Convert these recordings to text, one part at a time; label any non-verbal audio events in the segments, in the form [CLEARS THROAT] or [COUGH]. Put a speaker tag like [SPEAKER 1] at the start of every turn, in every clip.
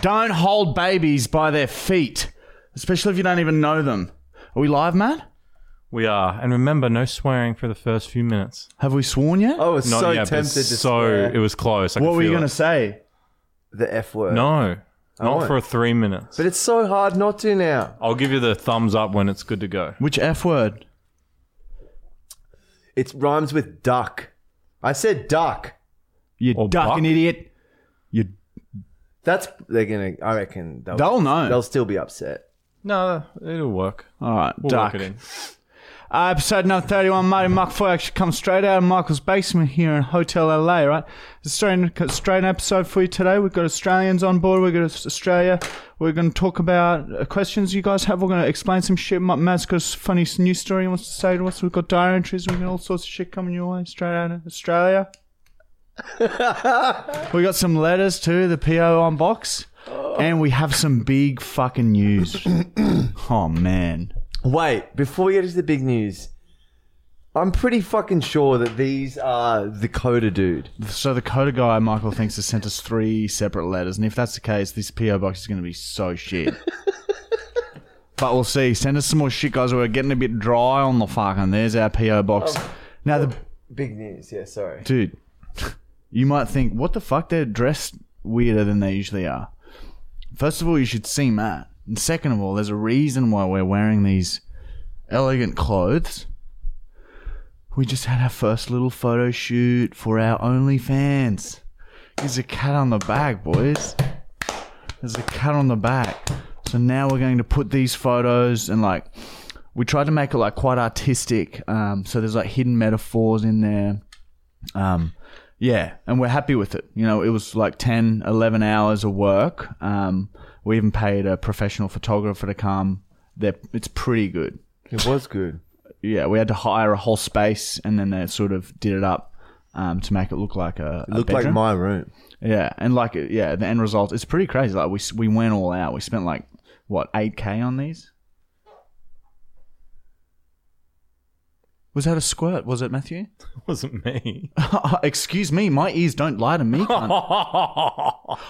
[SPEAKER 1] Don't hold babies by their feet, especially if you don't even know them. Are we live, Matt?
[SPEAKER 2] We are, and remember, no swearing for the first few minutes.
[SPEAKER 1] Have we sworn yet?
[SPEAKER 3] I was
[SPEAKER 2] Not
[SPEAKER 3] so
[SPEAKER 2] yet, but
[SPEAKER 3] tempted to
[SPEAKER 2] so
[SPEAKER 3] swear
[SPEAKER 2] it was close. Oh, I
[SPEAKER 1] what
[SPEAKER 2] could
[SPEAKER 1] were you
[SPEAKER 2] feel
[SPEAKER 1] going to
[SPEAKER 2] it.
[SPEAKER 1] say?
[SPEAKER 3] the F word.
[SPEAKER 2] No,
[SPEAKER 3] won't.
[SPEAKER 2] not for three minutes.
[SPEAKER 3] But it's so hard not to now.
[SPEAKER 2] I'll give you the thumbs up when it's good to go.
[SPEAKER 1] Which F word?
[SPEAKER 3] It rhymes with duck. I said duck.
[SPEAKER 1] You
[SPEAKER 2] Or
[SPEAKER 1] ducking
[SPEAKER 2] buck?
[SPEAKER 1] idiot. You.
[SPEAKER 3] That's they're gonna. I reckon they'll,
[SPEAKER 1] They'll know.
[SPEAKER 3] They'll still be upset. Uh,
[SPEAKER 2] No, it'll work.
[SPEAKER 1] All right,
[SPEAKER 2] We'll
[SPEAKER 1] duck.
[SPEAKER 2] work it in. [LAUGHS]
[SPEAKER 1] Uh, episode number 31, Marty McFoy actually comes straight out of Michael's basement here in Hotel LA, right? Australian, Australian episode for you today. We've got Australians on board. We've got Australia. We're going to talk about uh, questions you guys have. We're going to explain some shit. Ma- Matt's got a s- funny s- news story he wants to say to us. We've got diary entries. We've got all sorts of shit coming your way straight out of Australia. we got some letters too, the PO on box. And we have some big fucking news. oh, man.
[SPEAKER 3] Wait, before we get into the big news, I'm pretty fucking sure that these are the coda dude.
[SPEAKER 1] So the coda guy Michael thinks has sent us three separate letters, and if that's the case, this PO box is going to be so shit. but we'll see. Send us some more shit, guys. We're getting a bit dry on the fucking. There's our PO box. now the
[SPEAKER 3] Big news. Yeah, sorry.
[SPEAKER 1] dude, you might think, what the fuck? They're dressed weirder than they usually are. First of all, you should see Matt, and second of all, there's a reason why we're wearing these elegant clothes. We just had our first little photo shoot for our OnlyFans. There's a cat on the back, boys. There's a cat on the back. So now we're going to put these photos and like we tried to make it like quite artistic. Um, so there's like hidden metaphors in there. Um, yeah, and we're happy with it. You know, it was like 10, 11 hours of work. Um, we even paid a professional photographer to come. They're, it's pretty good
[SPEAKER 3] It was good.
[SPEAKER 1] yeah, we had to hire a whole space, and then they sort of did it up um, to make it look like a, a
[SPEAKER 3] Looked like
[SPEAKER 1] bedroom.
[SPEAKER 3] my room.
[SPEAKER 1] yeah, and like yeah, the end result it's pretty crazy. Like we s- we went all out. We spent like what eight k on these. Was that a squirt? Was it Matthew?
[SPEAKER 2] Wasn't me. [LAUGHS]
[SPEAKER 1] [LAUGHS] Excuse me, my ears don't lie to me. cunt.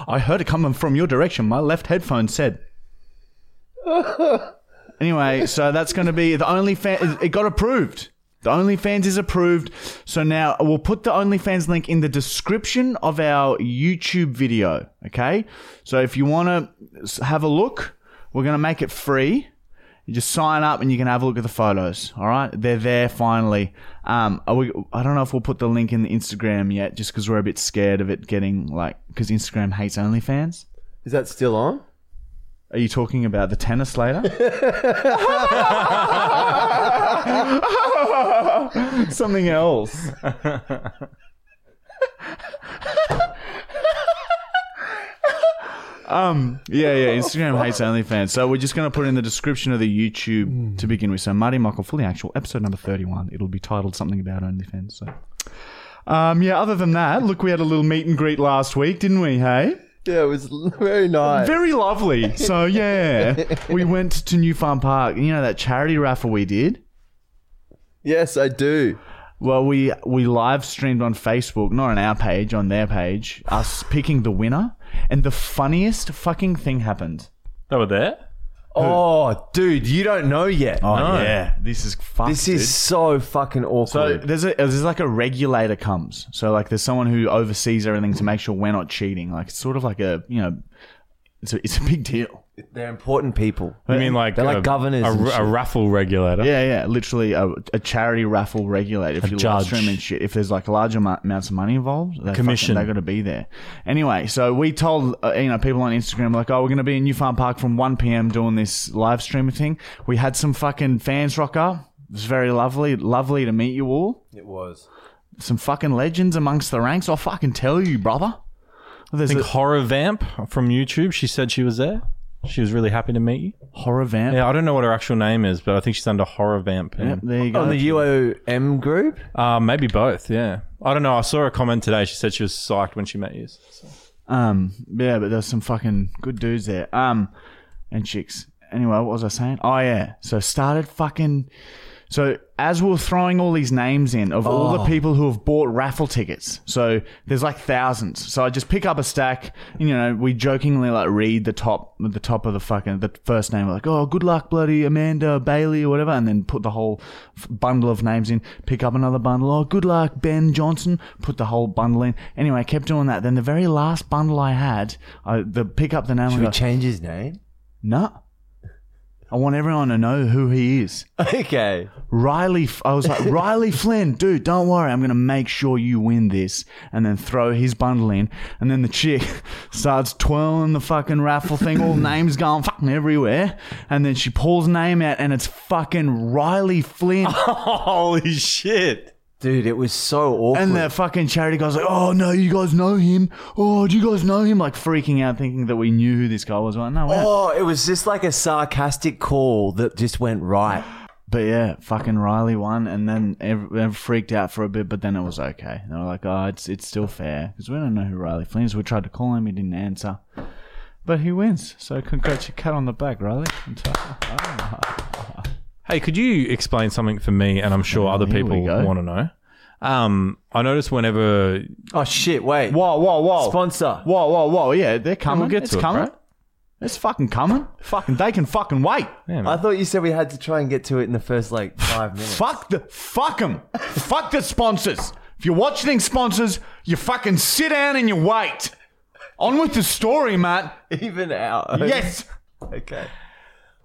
[SPEAKER 1] I heard it coming from your direction. My left headphone said. Anyway, so that's going to be the OnlyFans. It got approved. The OnlyFans is approved. So now we'll put the OnlyFans link in the description of our YouTube video. Okay. So if you want to have a look, we're going to make it free. You just sign up and you can have a look at the photos. All right, they're there finally. Um, are we, I don't know if we'll put the link in the Instagram yet, just because we're a bit scared of it getting like because Instagram hates OnlyFans.
[SPEAKER 3] Is that still on?
[SPEAKER 1] Are you talking about the tennis later? [LAUGHS] Something else. um. Yeah. Yeah. Instagram hates OnlyFans, so we're just gonna put it in the description of the YouTube to begin with. So Marty Michael, fully actual episode number thirty-one. It'll be titled something about OnlyFans. So. Um. Yeah. Other than that, look, we had a little meet and greet last week, didn't we? Hey.
[SPEAKER 3] Yeah, it was [LAUGHS] very nice.
[SPEAKER 1] Very lovely. So yeah, we went to New Farm Park. You know that charity raffle we did.
[SPEAKER 3] Yes, I do.
[SPEAKER 1] Well, we we live streamed on Facebook, not on our page, on their page, us picking the winner, and the funniest fucking thing happened.
[SPEAKER 2] they were there.
[SPEAKER 3] Oh, dude, you don't know yet.
[SPEAKER 1] Oh yeah, this is fucked.
[SPEAKER 3] this is so fucking
[SPEAKER 1] So
[SPEAKER 3] awkward.
[SPEAKER 1] there's a there's like a regulator comes. So like there's someone who oversees everything to make sure we're not cheating. Like it's sort of like a you know, it's a, it's a big deal.
[SPEAKER 3] They're important people.
[SPEAKER 2] You mean like
[SPEAKER 3] They're like
[SPEAKER 2] a,
[SPEAKER 3] governors
[SPEAKER 2] a,
[SPEAKER 3] and
[SPEAKER 2] r- a
[SPEAKER 3] shit.
[SPEAKER 2] raffle regulator?
[SPEAKER 1] Yeah, yeah, literally a, a charity raffle regulator. If you live
[SPEAKER 2] judge.
[SPEAKER 1] stream and shit, if there's like large amou- amounts of money involved, they
[SPEAKER 2] commission.
[SPEAKER 1] they got to be there. Anyway, so we told uh, you know people on Instagram like, oh, we're going to be in New Farm Park from 1 p.m. doing this live streamer thing. We had some fucking fans rock up. It was very lovely, lovely to meet you all.
[SPEAKER 3] It was.
[SPEAKER 1] Some fucking legends amongst the ranks. I'll fucking tell you, brother. There's
[SPEAKER 2] I think
[SPEAKER 1] a
[SPEAKER 2] horror vamp from YouTube. She said she was there. She was really happy to meet you.
[SPEAKER 1] horror vamp.
[SPEAKER 2] Yeah, I don't know what her actual name is, but I think she's under horror vamp. and-
[SPEAKER 1] Yep, there you go.
[SPEAKER 3] On the UOM group?
[SPEAKER 2] Uh, maybe both. Yeah, I don't know. I saw a comment today. She said she was psyched when she met you. So.
[SPEAKER 1] Um, yeah, but there's some fucking good dudes there. Um, and chicks. Anyway, what was I saying? Oh yeah, so started fucking So as we we're throwing all these names in of all the people who have bought raffle tickets, so there's like thousands. So I just pick up a stack, and, you know, we jokingly like read the top, the top of the fucking the first name, like oh good luck bloody Amanda Bailey or whatever, and then put the whole f- bundle of names in. Pick up another bundle, oh good luck Ben Johnson, put the whole bundle in. Anyway, I kept doing that. Then the very last bundle I had, I the pick up the name.
[SPEAKER 3] Should
[SPEAKER 1] and
[SPEAKER 3] we
[SPEAKER 1] go,
[SPEAKER 3] change his name?
[SPEAKER 1] Nah. I want everyone to know who he is.
[SPEAKER 3] [LAUGHS] Okay.
[SPEAKER 1] Riley, F- I was like, Riley Flynn, dude, don't worry. I'm going to make sure you win this. And then throw his bundle in. And then the chick [LAUGHS] starts twirling the fucking raffle thing. All names going fucking everywhere. And then she pulls a name out and it's fucking Riley Flynn.
[SPEAKER 2] Holy shit.
[SPEAKER 3] Dude, it was so awkward.
[SPEAKER 1] And the fucking charity guy's like, oh no, you guys know him. Oh, do you guys know him? Like freaking out, thinking that we knew who this guy was. Like, no, we don't.
[SPEAKER 3] [LAUGHS] oh, it was just like a sarcastic call that just went right.
[SPEAKER 1] But yeah, fucking Riley won, and then everyone freaked out for a bit, but then it was okay. They were like, "Oh, it's it's still fair because we don't know who Riley Flynn is. We tried to call him, he didn't answer, but he wins. So congrats, you cut on the back, Riley. Fantastic.
[SPEAKER 2] Hey, could you explain something for me and I'm sure other
[SPEAKER 1] Here we
[SPEAKER 2] people
[SPEAKER 1] go.
[SPEAKER 2] want to know? Um, I noticed whenever
[SPEAKER 3] Oh shit! Wait,
[SPEAKER 1] Whoa, whoa, whoa!
[SPEAKER 3] sponsor.
[SPEAKER 1] Whoa, whoa, whoa! Yeah, they're coming.
[SPEAKER 2] we'll get
[SPEAKER 1] it's
[SPEAKER 2] to it,
[SPEAKER 1] coming.
[SPEAKER 2] right?
[SPEAKER 1] It's fucking coming. Fucking, they can fucking wait.
[SPEAKER 2] Yeah,
[SPEAKER 3] I
[SPEAKER 2] man.
[SPEAKER 3] thought you said we had to try and get to it in the first like five [LAUGHS] minutes.
[SPEAKER 1] Fuck the fuck 'em. fuck the sponsors. If you're watching sponsors, you fucking sit down and you wait. On with the story, Matt.
[SPEAKER 3] Even out.
[SPEAKER 1] Yes.
[SPEAKER 3] [LAUGHS] Okay.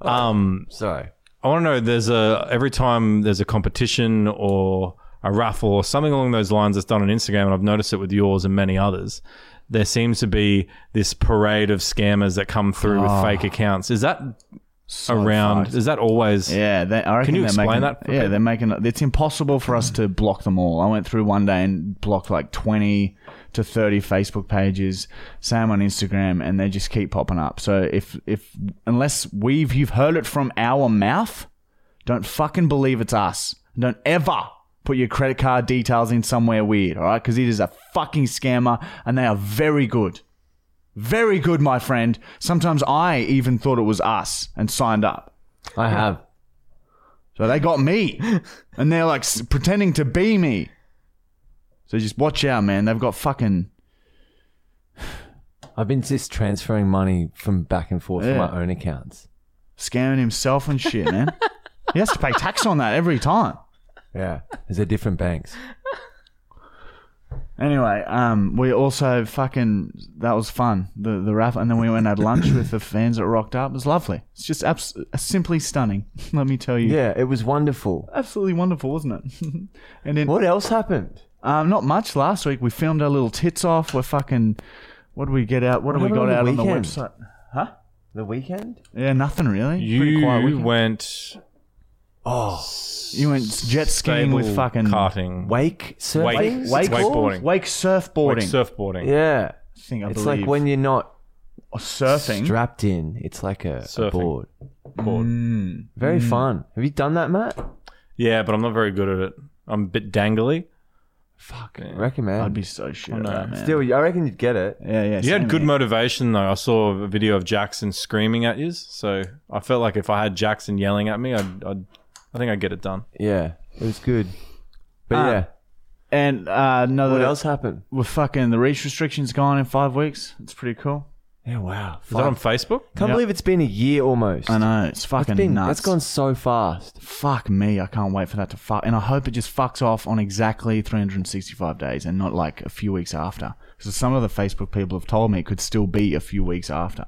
[SPEAKER 2] um,
[SPEAKER 3] Sorry.
[SPEAKER 2] I want to know. There's a every time there's a competition or a raffle or something along those lines that's done on Instagram, and I've noticed it with yours and many others. There seems to be this parade of scammers that come through with
[SPEAKER 1] Ah.
[SPEAKER 2] fake accounts. Is that around? Is that always?
[SPEAKER 1] Yeah, they, I reckon
[SPEAKER 2] you
[SPEAKER 1] they're
[SPEAKER 2] explain
[SPEAKER 1] making,
[SPEAKER 2] that for
[SPEAKER 1] yeah,
[SPEAKER 2] people?
[SPEAKER 1] they're making. It's impossible for us to block them all. I went through one day and blocked like twenty to thirty Facebook pages, same on Instagram, and they just keep popping up. So if if unless we've you've heard it from our mouth, don't fucking believe it's us. Don't ever put your credit card details in somewhere weird, all right? Because it is a fucking scammer, and they are very good. Very good, my friend. Sometimes I even thought it was us and signed up.
[SPEAKER 3] I have.
[SPEAKER 1] So they got
[SPEAKER 3] [LAUGHS]
[SPEAKER 1] me, and they're like s- pretending to be me. So just watch out, man. They've got fucking
[SPEAKER 3] I've been just transferring money from back and forth
[SPEAKER 1] Yeah.
[SPEAKER 3] from my own accounts.
[SPEAKER 1] scamming himself and shit, man.
[SPEAKER 3] [LAUGHS]
[SPEAKER 1] he has to pay tax on that every time.
[SPEAKER 3] Yeah. Is there different banks?
[SPEAKER 1] Anyway, um, we also fucking that was fun. The the raffle, and then we went and had lunch with the fans that rocked up. It was lovely. It's just abs- uh, simply stunning. [LAUGHS] Let me tell you,
[SPEAKER 3] Yeah, it was wonderful.
[SPEAKER 1] absolutely wonderful, wasn't it? [LAUGHS] and then
[SPEAKER 3] What else happened?
[SPEAKER 1] Um, not much. Last week we filmed our little tits off. We're fucking. What did we get out? What, did
[SPEAKER 3] What
[SPEAKER 1] we got
[SPEAKER 3] happened
[SPEAKER 1] out
[SPEAKER 3] on the
[SPEAKER 1] on the
[SPEAKER 3] weekend?
[SPEAKER 1] website?
[SPEAKER 3] The weekend?
[SPEAKER 1] Yeah, nothing really. Pretty quiet
[SPEAKER 2] You
[SPEAKER 1] weekend.
[SPEAKER 2] went
[SPEAKER 3] Oh,
[SPEAKER 1] you went jet skiing with
[SPEAKER 2] stable
[SPEAKER 1] fucking
[SPEAKER 2] karting,
[SPEAKER 3] wake surfing?
[SPEAKER 1] wakeboarding,
[SPEAKER 2] Wake- wakeboarding.
[SPEAKER 1] wake
[SPEAKER 2] like
[SPEAKER 1] surfboarding.
[SPEAKER 2] surfboarding,
[SPEAKER 3] Yeah.
[SPEAKER 1] I think I
[SPEAKER 3] It's
[SPEAKER 1] believe.
[SPEAKER 3] like when you're not
[SPEAKER 1] Or surfing.
[SPEAKER 3] strapped in, it's like a, a
[SPEAKER 2] Surfing.
[SPEAKER 3] board.
[SPEAKER 2] board.
[SPEAKER 3] Very
[SPEAKER 1] Mm.
[SPEAKER 3] fun. Have you done that, Matt?
[SPEAKER 2] Yeah, but I'm not very good at it. I'm a bit dangly.
[SPEAKER 3] Fuck.
[SPEAKER 2] Yeah.
[SPEAKER 3] Recommend.
[SPEAKER 1] I'd be so shit. at
[SPEAKER 2] no.
[SPEAKER 1] that, man.
[SPEAKER 3] Oh, Still, I reckon you'd get it.
[SPEAKER 1] yeah, yeah.
[SPEAKER 2] You
[SPEAKER 1] same
[SPEAKER 2] had good
[SPEAKER 1] here.
[SPEAKER 2] motivation though. I saw a video of Jackson screaming at you, so I felt like if I had Jackson yelling at me, I'd, I'd I think I'd get it done.
[SPEAKER 3] Yeah, it was good. But
[SPEAKER 1] Ah,
[SPEAKER 3] yeah,
[SPEAKER 1] and uh, another.
[SPEAKER 3] what else happened?
[SPEAKER 1] We're fucking the reach restrictions gone in five weeks. It's pretty cool.
[SPEAKER 3] Yeah, wow.
[SPEAKER 2] Is that on Facebook?
[SPEAKER 3] Can't believe it's been a year almost.
[SPEAKER 1] I know it's fucking
[SPEAKER 3] It's been,
[SPEAKER 1] nuts.
[SPEAKER 3] it's gone so [LAUGHS] fast.
[SPEAKER 1] Fuck me, I can't wait for that to fuck. And I hope it just fucks off on exactly 365 days and not like a few weeks after. Because some of the Facebook people have told me it could still be a few weeks after.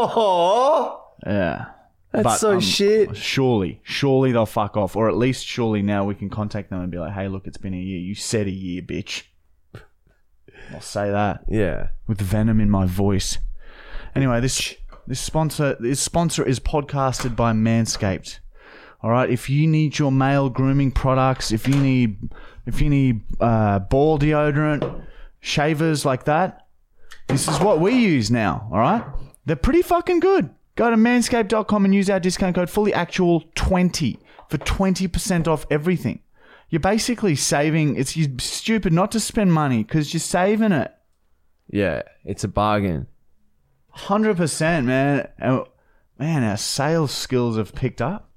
[SPEAKER 3] Oh,
[SPEAKER 1] Yeah.
[SPEAKER 3] that's
[SPEAKER 1] But,
[SPEAKER 3] so
[SPEAKER 1] um,
[SPEAKER 3] shit.
[SPEAKER 1] Surely, surely they'll fuck off. Or at least surely now we can contact them and be like, hey, look, it's been a year. You said a year, bitch. I'll say that
[SPEAKER 3] Yeah.
[SPEAKER 1] with venom in my voice. Anyway, this this sponsor this sponsor is podcasted by Manscaped. All right, if you need your male grooming products, if you need if you need uh, ball deodorant, shavers like that, this is what we use now. All right, they're pretty fucking good. Go to manscaped.com and use our discount code fully actual twenty for twenty percent off everything. You're basically saving. It's you're stupid not to spend money because you're saving it.
[SPEAKER 3] Yeah, it's a bargain.
[SPEAKER 1] Hundred percent, Uh, man. And- man, our sales skills have picked up,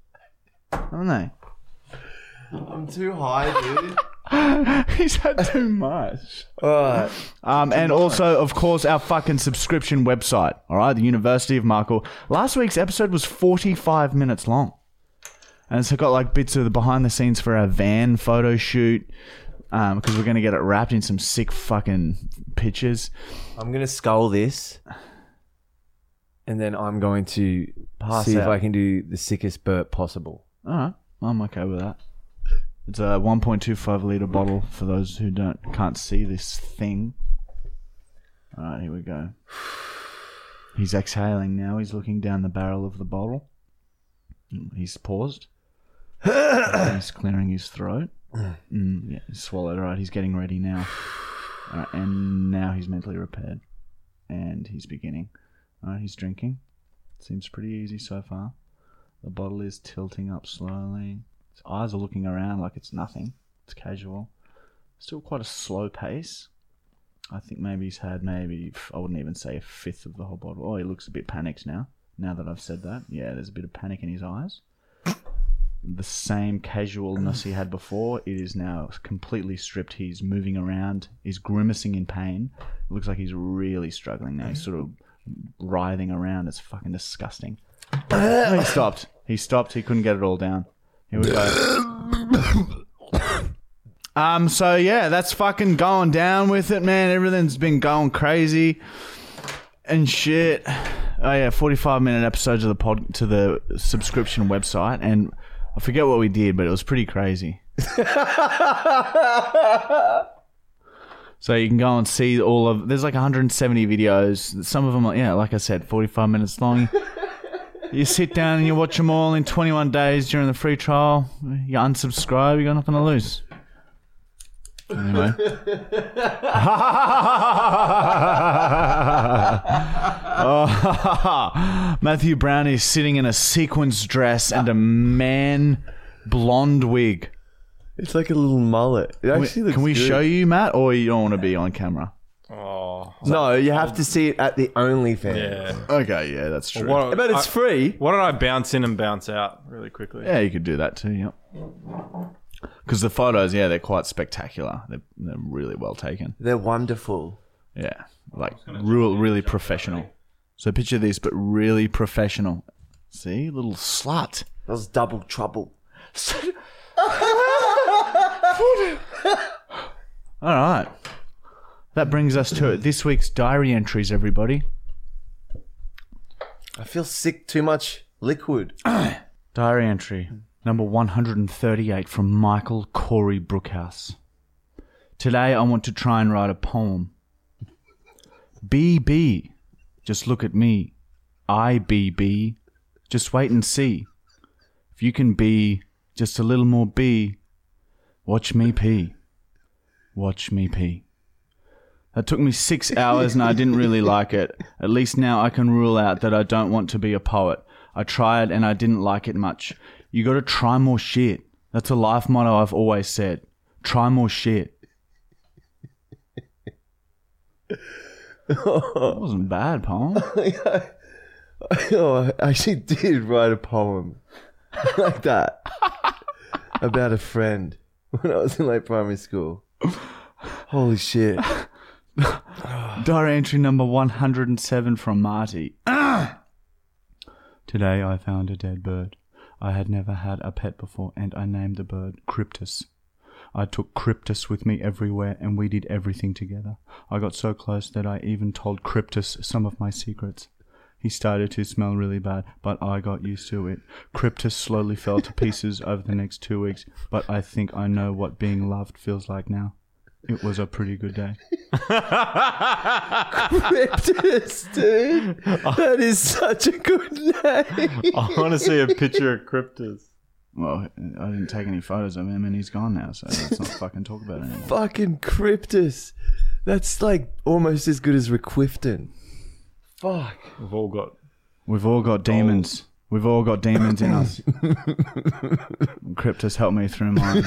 [SPEAKER 1] haven't they?
[SPEAKER 3] I'm too high, dude.
[SPEAKER 1] [LAUGHS] He's had too much.
[SPEAKER 3] Alright.
[SPEAKER 1] Um, and also, of course, our fucking subscription website. All right, the University of Markle. Last week's episode was 45 minutes long. And it's got like bits of the behind the scenes for our van photo shoot because we're going to get it wrapped in some sick fucking pictures.
[SPEAKER 3] I'm gonna skull this, and then I'm going to
[SPEAKER 1] Pass
[SPEAKER 3] see if
[SPEAKER 1] out.
[SPEAKER 3] I can do the sickest burp possible.
[SPEAKER 1] All right, I'm okay with that. It's a 1.25 liter bottle for those who don't can't see this thing. All right, here we go. He's exhaling now. He's looking down the barrel of the bottle. Mm, He's paused. [COUGHS] he's clearing his throat. Mm, yeah, he's swallowed. All right, he's getting ready now. All right, and now he's mentally repaired, and he's beginning. All right, he's drinking. Seems pretty easy so far. The bottle is tilting up slowly. Its eyes are looking around like it's nothing. It's casual. Still quite a slow pace. I think maybe he's had maybe, I wouldn't even say a fifth of the whole bottle. Oh, he looks a bit panicked now. Now that I've said that. Yeah, there's a bit of panic in his eyes. The same casualness he had before, it is now completely stripped. He's moving around. He's grimacing in pain. It looks like he's really struggling now. He's sort of writhing around. It's fucking disgusting. No, he stopped. He stopped. He couldn't get it all down. Here we go. um. So yeah, that's fucking going down with it, man. Everything's been going crazy and shit. Oh yeah, forty-five minute episodes of the pod to the subscription website, and I forget what we did, but it was pretty crazy. So you can go and see all of. There's like 170 videos. Some of them, are, yeah, like I said, 45 minutes long. you sit down and you watch them all in 21 days during the free trial. You unsubscribe. You got nothing to lose. Anyway. [LAUGHS] Oh, [LAUGHS] Matthew Brown is sitting in a sequins dress and a man blonde wig.
[SPEAKER 3] It's like a little mullet. It
[SPEAKER 1] Can we-
[SPEAKER 3] actually looks
[SPEAKER 1] can we
[SPEAKER 3] good.
[SPEAKER 1] show you, Matt, or you don't want to be on camera?
[SPEAKER 2] Oh,
[SPEAKER 3] No, you have to see it at the OnlyFans.
[SPEAKER 2] yeah.
[SPEAKER 1] Okay, yeah, that's true.
[SPEAKER 2] What,
[SPEAKER 3] But it's
[SPEAKER 2] I-
[SPEAKER 3] free.
[SPEAKER 2] why don't I bounce in and bounce out really quickly? [LAUGHS]
[SPEAKER 1] Yeah, you could do that too. Yep. Because the photos, yeah, they're quite spectacular. They're, they're really well taken.
[SPEAKER 3] They're wonderful.
[SPEAKER 1] Yeah, like real, really professional. So picture this, but really professional. See, little slut.
[SPEAKER 3] That was double trouble.
[SPEAKER 1] All right. That brings us to this week's diary entries, everybody.
[SPEAKER 3] I feel sick. Too much liquid.
[SPEAKER 1] Diary entry number 138 from Michael Corey Brookhouse. Today I want to try and write a poem. BB, just look at me. IBB, just wait and see. If you can be just a little more B, watch me pee. Watch me pee. That took me six hours and I didn't really like it. At least now I can rule out that I don't want to be a poet. I tried and I didn't like it much. You gotta try more shit. That's a life motto I've always said. Try more shit. that wasn't bad, poem.
[SPEAKER 3] [LAUGHS] oh, I actually did write a poem [LAUGHS] like that about a friend when I was in like primary school. Holy shit.
[SPEAKER 1] Diary entry number 107 from Marty. Ah! Today I found a dead bird. I had never had a pet before, and I named the bird Cryptus. I took Cryptus with me everywhere, and we did everything together. I got so close that I even told Cryptus some of my secrets. He started to smell really bad, but I got used to it. Cryptus slowly fell to pieces [LAUGHS] over the next two weeks, but I think I know what being loved feels like now. It was a pretty good day.
[SPEAKER 3] Cryptus, dude. That is such a good
[SPEAKER 1] [LAUGHS]
[SPEAKER 3] name.
[SPEAKER 2] I want to see a picture of Cryptus.
[SPEAKER 1] Well, I didn't take any photos of him, and he's gone now, so let's not fucking talk about it anymore.
[SPEAKER 3] Fucking Cryptus. That's like almost as good as Requifton. Fuck.
[SPEAKER 2] We've all got.
[SPEAKER 1] We've all got demons. We've all got demons in us. Cryptus helped me through mine.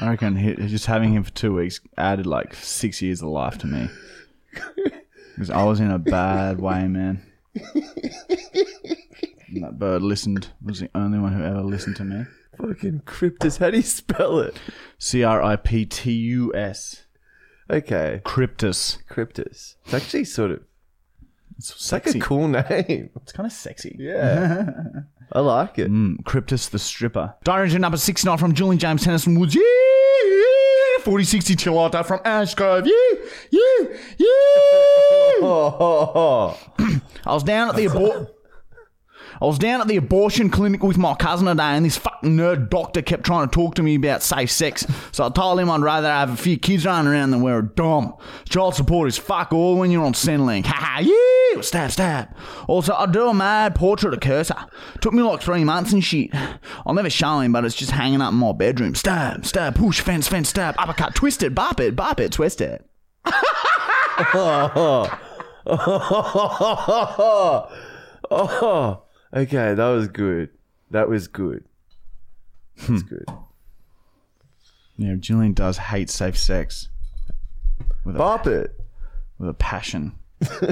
[SPEAKER 1] I reckon he, just having him for two weeks added like six years of life to me. Because I was in a bad way, man. And that bird listened, was the only one who ever listened to me.
[SPEAKER 3] Fucking cryptus. How do you spell it?
[SPEAKER 1] C R I P T U S.
[SPEAKER 3] Okay.
[SPEAKER 1] Cryptus.
[SPEAKER 3] Cryptus. It's actually sort of
[SPEAKER 1] It's
[SPEAKER 3] like
[SPEAKER 1] sexy.
[SPEAKER 3] a cool name.
[SPEAKER 1] it's kind of sexy.
[SPEAKER 3] Yeah. I like it.
[SPEAKER 1] Mm, Cryptus the Stripper. Diary entry number 69 from Julian James Tennyson Woods. Yeah, 4060 Chilata from Ashgrove. Yeah, yeah, yeah.
[SPEAKER 3] Oh, oh, oh.
[SPEAKER 1] I was down at the abort. I was down at the abortion clinic with my cousin today, and this fucking nerd doctor kept trying to talk to me about safe sex. So I told him I'd rather have a few kids running around than wear a dom. Child support is fuck all when you're on Centrelink. Ha ha, yeah! Stab, stab. Also, I do a mad portrait of Cursor. Took me like three months and shit. I'll never show him, but it's just hanging up in my bedroom. Stab, stab, push, fence, fence, stab, uppercut, twisted, bop it, bop it, twist it.
[SPEAKER 3] oh, oh. Okay, that was good. That was good. That's
[SPEAKER 1] Hmm.
[SPEAKER 3] good.
[SPEAKER 1] Yeah, Julian does hate safe sex
[SPEAKER 3] Bop it.
[SPEAKER 1] with a passion.
[SPEAKER 2] Have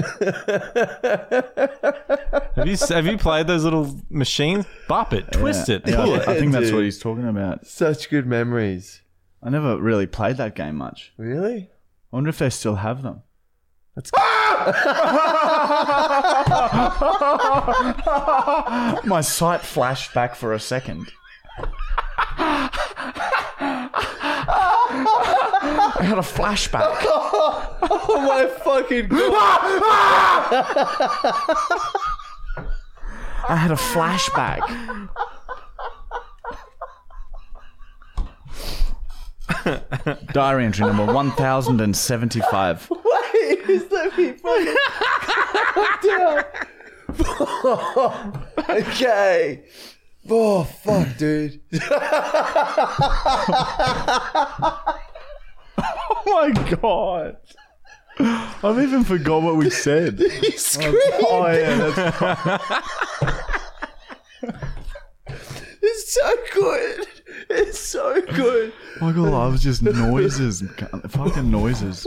[SPEAKER 2] you have you played those little machines? Bop it, twist it,
[SPEAKER 1] Yeah,
[SPEAKER 2] pull
[SPEAKER 1] I-
[SPEAKER 2] it.
[SPEAKER 1] I think that's
[SPEAKER 3] dude.
[SPEAKER 1] what he's talking about.
[SPEAKER 3] Such good memories.
[SPEAKER 1] I never really played that game much.
[SPEAKER 3] Really?
[SPEAKER 1] I wonder if they still have them.
[SPEAKER 3] That's-
[SPEAKER 1] [LAUGHS] My sight flashed back for a second. I had a flashback.
[SPEAKER 3] Oh my [LAUGHS] fucking god.
[SPEAKER 1] I had a flashback. [LAUGHS] Diary entry number 1075.
[SPEAKER 3] Wait, just let me fucking calm down. okay. Oh fuck, [LAUGHS] dude.
[SPEAKER 1] Oh my god. I've even forgot what we [LAUGHS] said.
[SPEAKER 3] He screamed.
[SPEAKER 1] Oh yeah, [LAUGHS] that's
[SPEAKER 3] It's so good. It's so good.
[SPEAKER 1] my god, I was just noises. Fucking noises.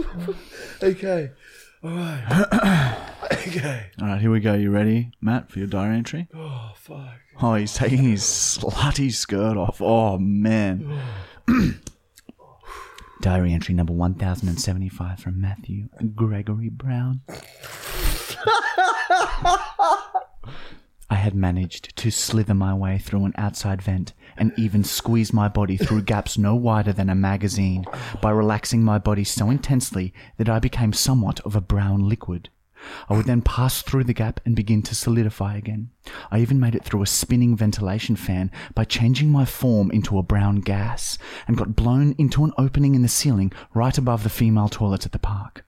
[SPEAKER 3] Okay. [COUGHS] All right. okay.
[SPEAKER 1] Alright, here we go. You ready, Matt, for your diary entry?
[SPEAKER 3] Oh fuck.
[SPEAKER 1] Oh, he's taking his slutty skirt off. Oh man. [CLEARS THROAT] diary entry number one thousand and seventy-five from Matthew Gregory Brown. [LAUGHS] I had managed to slither my way through an outside vent and even squeeze my body through gaps no wider than a magazine by relaxing my body so intensely that I became somewhat of a brown liquid. I would then pass through the gap and begin to solidify again. I even made it through a spinning ventilation fan by changing my form into a brown gas and got blown into an opening in the ceiling right above the female toilet at the park.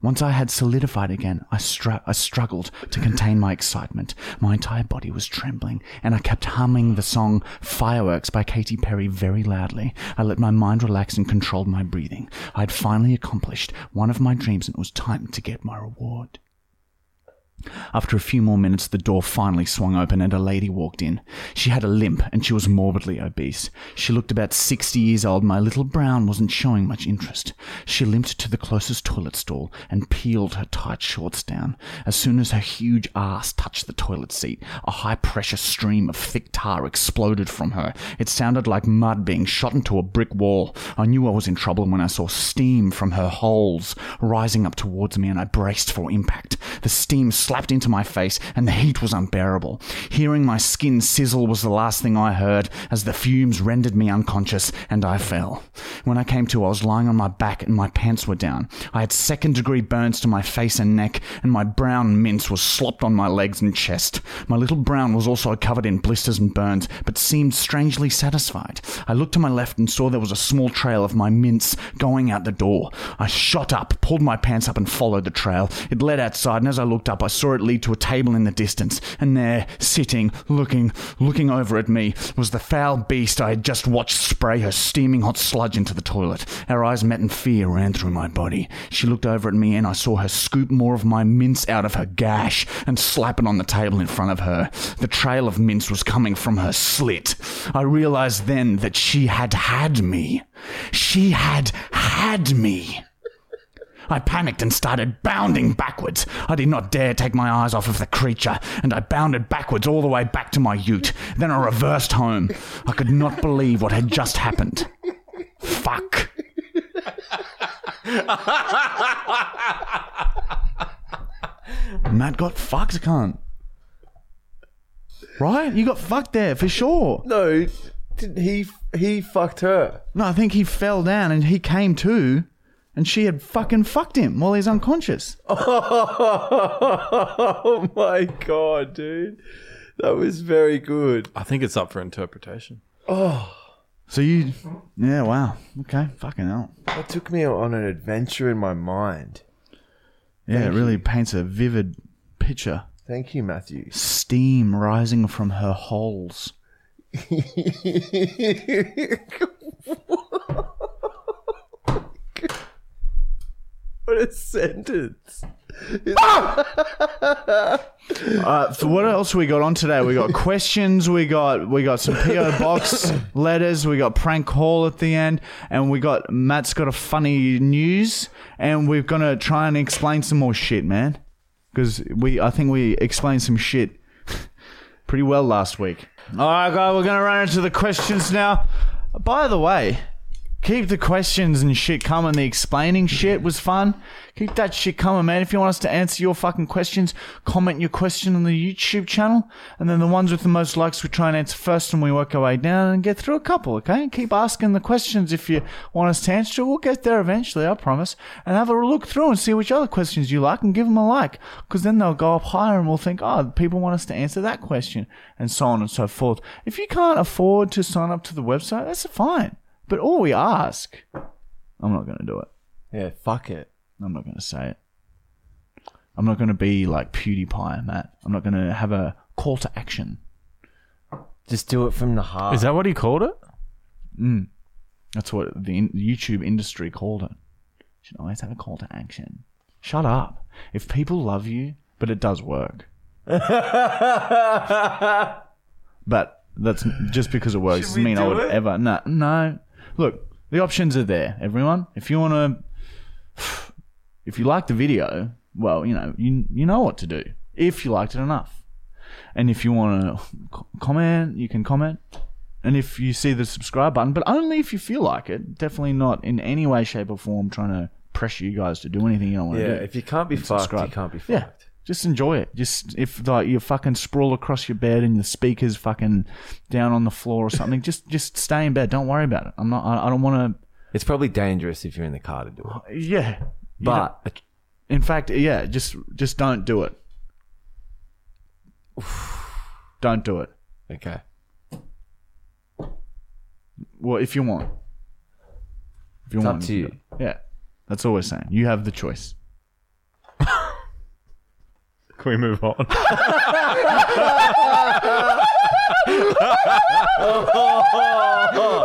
[SPEAKER 1] Once I had solidified again, I, str- I struggled to contain my excitement. My entire body was trembling, and I kept humming the song Fireworks by Katy Perry very loudly. I let my mind relax and controlled my breathing. I had finally accomplished one of my dreams, and it was time to get my reward. After a few more minutes, the door finally swung open and a lady walked in. She had a limp and she was morbidly obese. She looked about 60 years old. My little brown wasn't showing much interest. She limped to the closest toilet stall and peeled her tight shorts down. As soon as her huge ass touched the toilet seat, a high pressure stream of thick tar exploded from her. It sounded like mud being shot into a brick wall. I knew I was in trouble when I saw steam from her holes rising up towards me and I braced for impact. The steam slapped into my face and the heat was unbearable. Hearing my skin sizzle was the last thing I heard as the fumes rendered me unconscious and I fell. When I came to, I was lying on my back and my pants were down. I had second degree burns to my face and neck and my brown mince was slopped on my legs and chest. My little brown was also covered in blisters and burns but seemed strangely satisfied. I looked to my left and saw there was a small trail of my mince going out the door. I shot up, pulled my pants up, and followed the trail. It led outside, and as I looked up, I saw it lead to a table in the distance. And there, sitting, looking, looking over at me, was the foul beast I had just watched spray her steaming hot sludge into the toilet. Our eyes met, and fear ran through my body. She looked over at me, and I saw her scoop more of my mince out of her gash and slap it on the table in front of her. The trail of mince was coming from her slit. I realized then that she had had me. She had had me. I panicked and started bounding backwards. I did not dare take my eyes off of the creature, and I bounded backwards all the way back to my ute. Then I reversed home. I could not believe what had just happened. Fuck. Matt got fucked, cunt. Right? You got fucked there for sure.
[SPEAKER 3] No, didn't he he fucked her. [LAUGHS]
[SPEAKER 1] No, I think he fell down and he came to, and she had fucking fucked him while he's unconscious.
[SPEAKER 3] Oh my god, dude. That was very good.
[SPEAKER 2] I think it's up for interpretation.
[SPEAKER 1] So you, yeah, wow, okay, fucking hell,
[SPEAKER 3] That took me on an adventure in my mind.
[SPEAKER 1] yeah, it really paints a vivid picture.
[SPEAKER 3] Thank you, Matthew. [LAUGHS]
[SPEAKER 1] Steam rising from her holes.
[SPEAKER 3] What a sentence.
[SPEAKER 1] Uh, so what else we got on today? We [LAUGHS] got questions. We got we got some PO [LAUGHS] box letters. We got prank call at the end, and we got Matt's got a funny news, and we're gonna try and explain some more shit, man. Because we, I think we explained some shit [LAUGHS] pretty well last week. All right, guys, we're gonna run into the questions now. By the way. Keep the questions and shit coming. The explaining shit was fun. Keep that shit coming, man. If you want us to answer your fucking questions, comment your question on the YouTube channel. And then the ones with the most likes we try and answer first and we work our way down and get through a couple, okay? And keep asking the questions if you want us to answer. We'll get there eventually, I promise. And have a look through and see which other questions you like and give them a like. Because then they'll go up higher and we'll think, oh, people want us to answer that question. And so on and so forth. If you can't afford to sign up to the website, that's fine. But all we ask, I'm not going to do it.
[SPEAKER 3] Yeah, fuck it.
[SPEAKER 1] I'm not going to say it. I'm not going to be like PewDiePie, Matt. I'm not going to have a call to action.
[SPEAKER 3] Just do it from the heart.
[SPEAKER 2] Is that what he called it?
[SPEAKER 1] That's what the in- YouTube industry called it. Should always have a call to action. Shut up. If people love you, but it does work. but that's just because it works doesn't mean I would ever. No, no. Look, the options are there, everyone. If you want to if you like the video, well, you know, you you know what to do if you liked it enough. And if you want to [LAUGHS] co- comment, you can comment. And if you see the subscribe button, but only if you feel like it. Definitely not in any way, shape, or form trying to pressure you guys to do anything you don't want
[SPEAKER 3] [LAUGHS] yeah,
[SPEAKER 1] to do.
[SPEAKER 3] if you can't be fucked,
[SPEAKER 1] subscribe.
[SPEAKER 3] you can't be fucked.
[SPEAKER 1] Yeah. Just enjoy it. Just if like you fucking sprawl across your bed and your speakers fucking down on the floor or something, just just stay in bed. Don't worry about it. I'm not. I, I don't want
[SPEAKER 3] It's probably dangerous if you're in the car to do it.
[SPEAKER 1] to. Yeah. You don't-
[SPEAKER 3] But
[SPEAKER 1] in fact, yeah, just just don't do it. don't do it.
[SPEAKER 3] okay.
[SPEAKER 1] Well, if you want, if you
[SPEAKER 3] It's
[SPEAKER 1] want,
[SPEAKER 3] up to you.
[SPEAKER 1] Yeah, that's all we're saying. You have the choice.
[SPEAKER 2] Can we move on?
[SPEAKER 3] All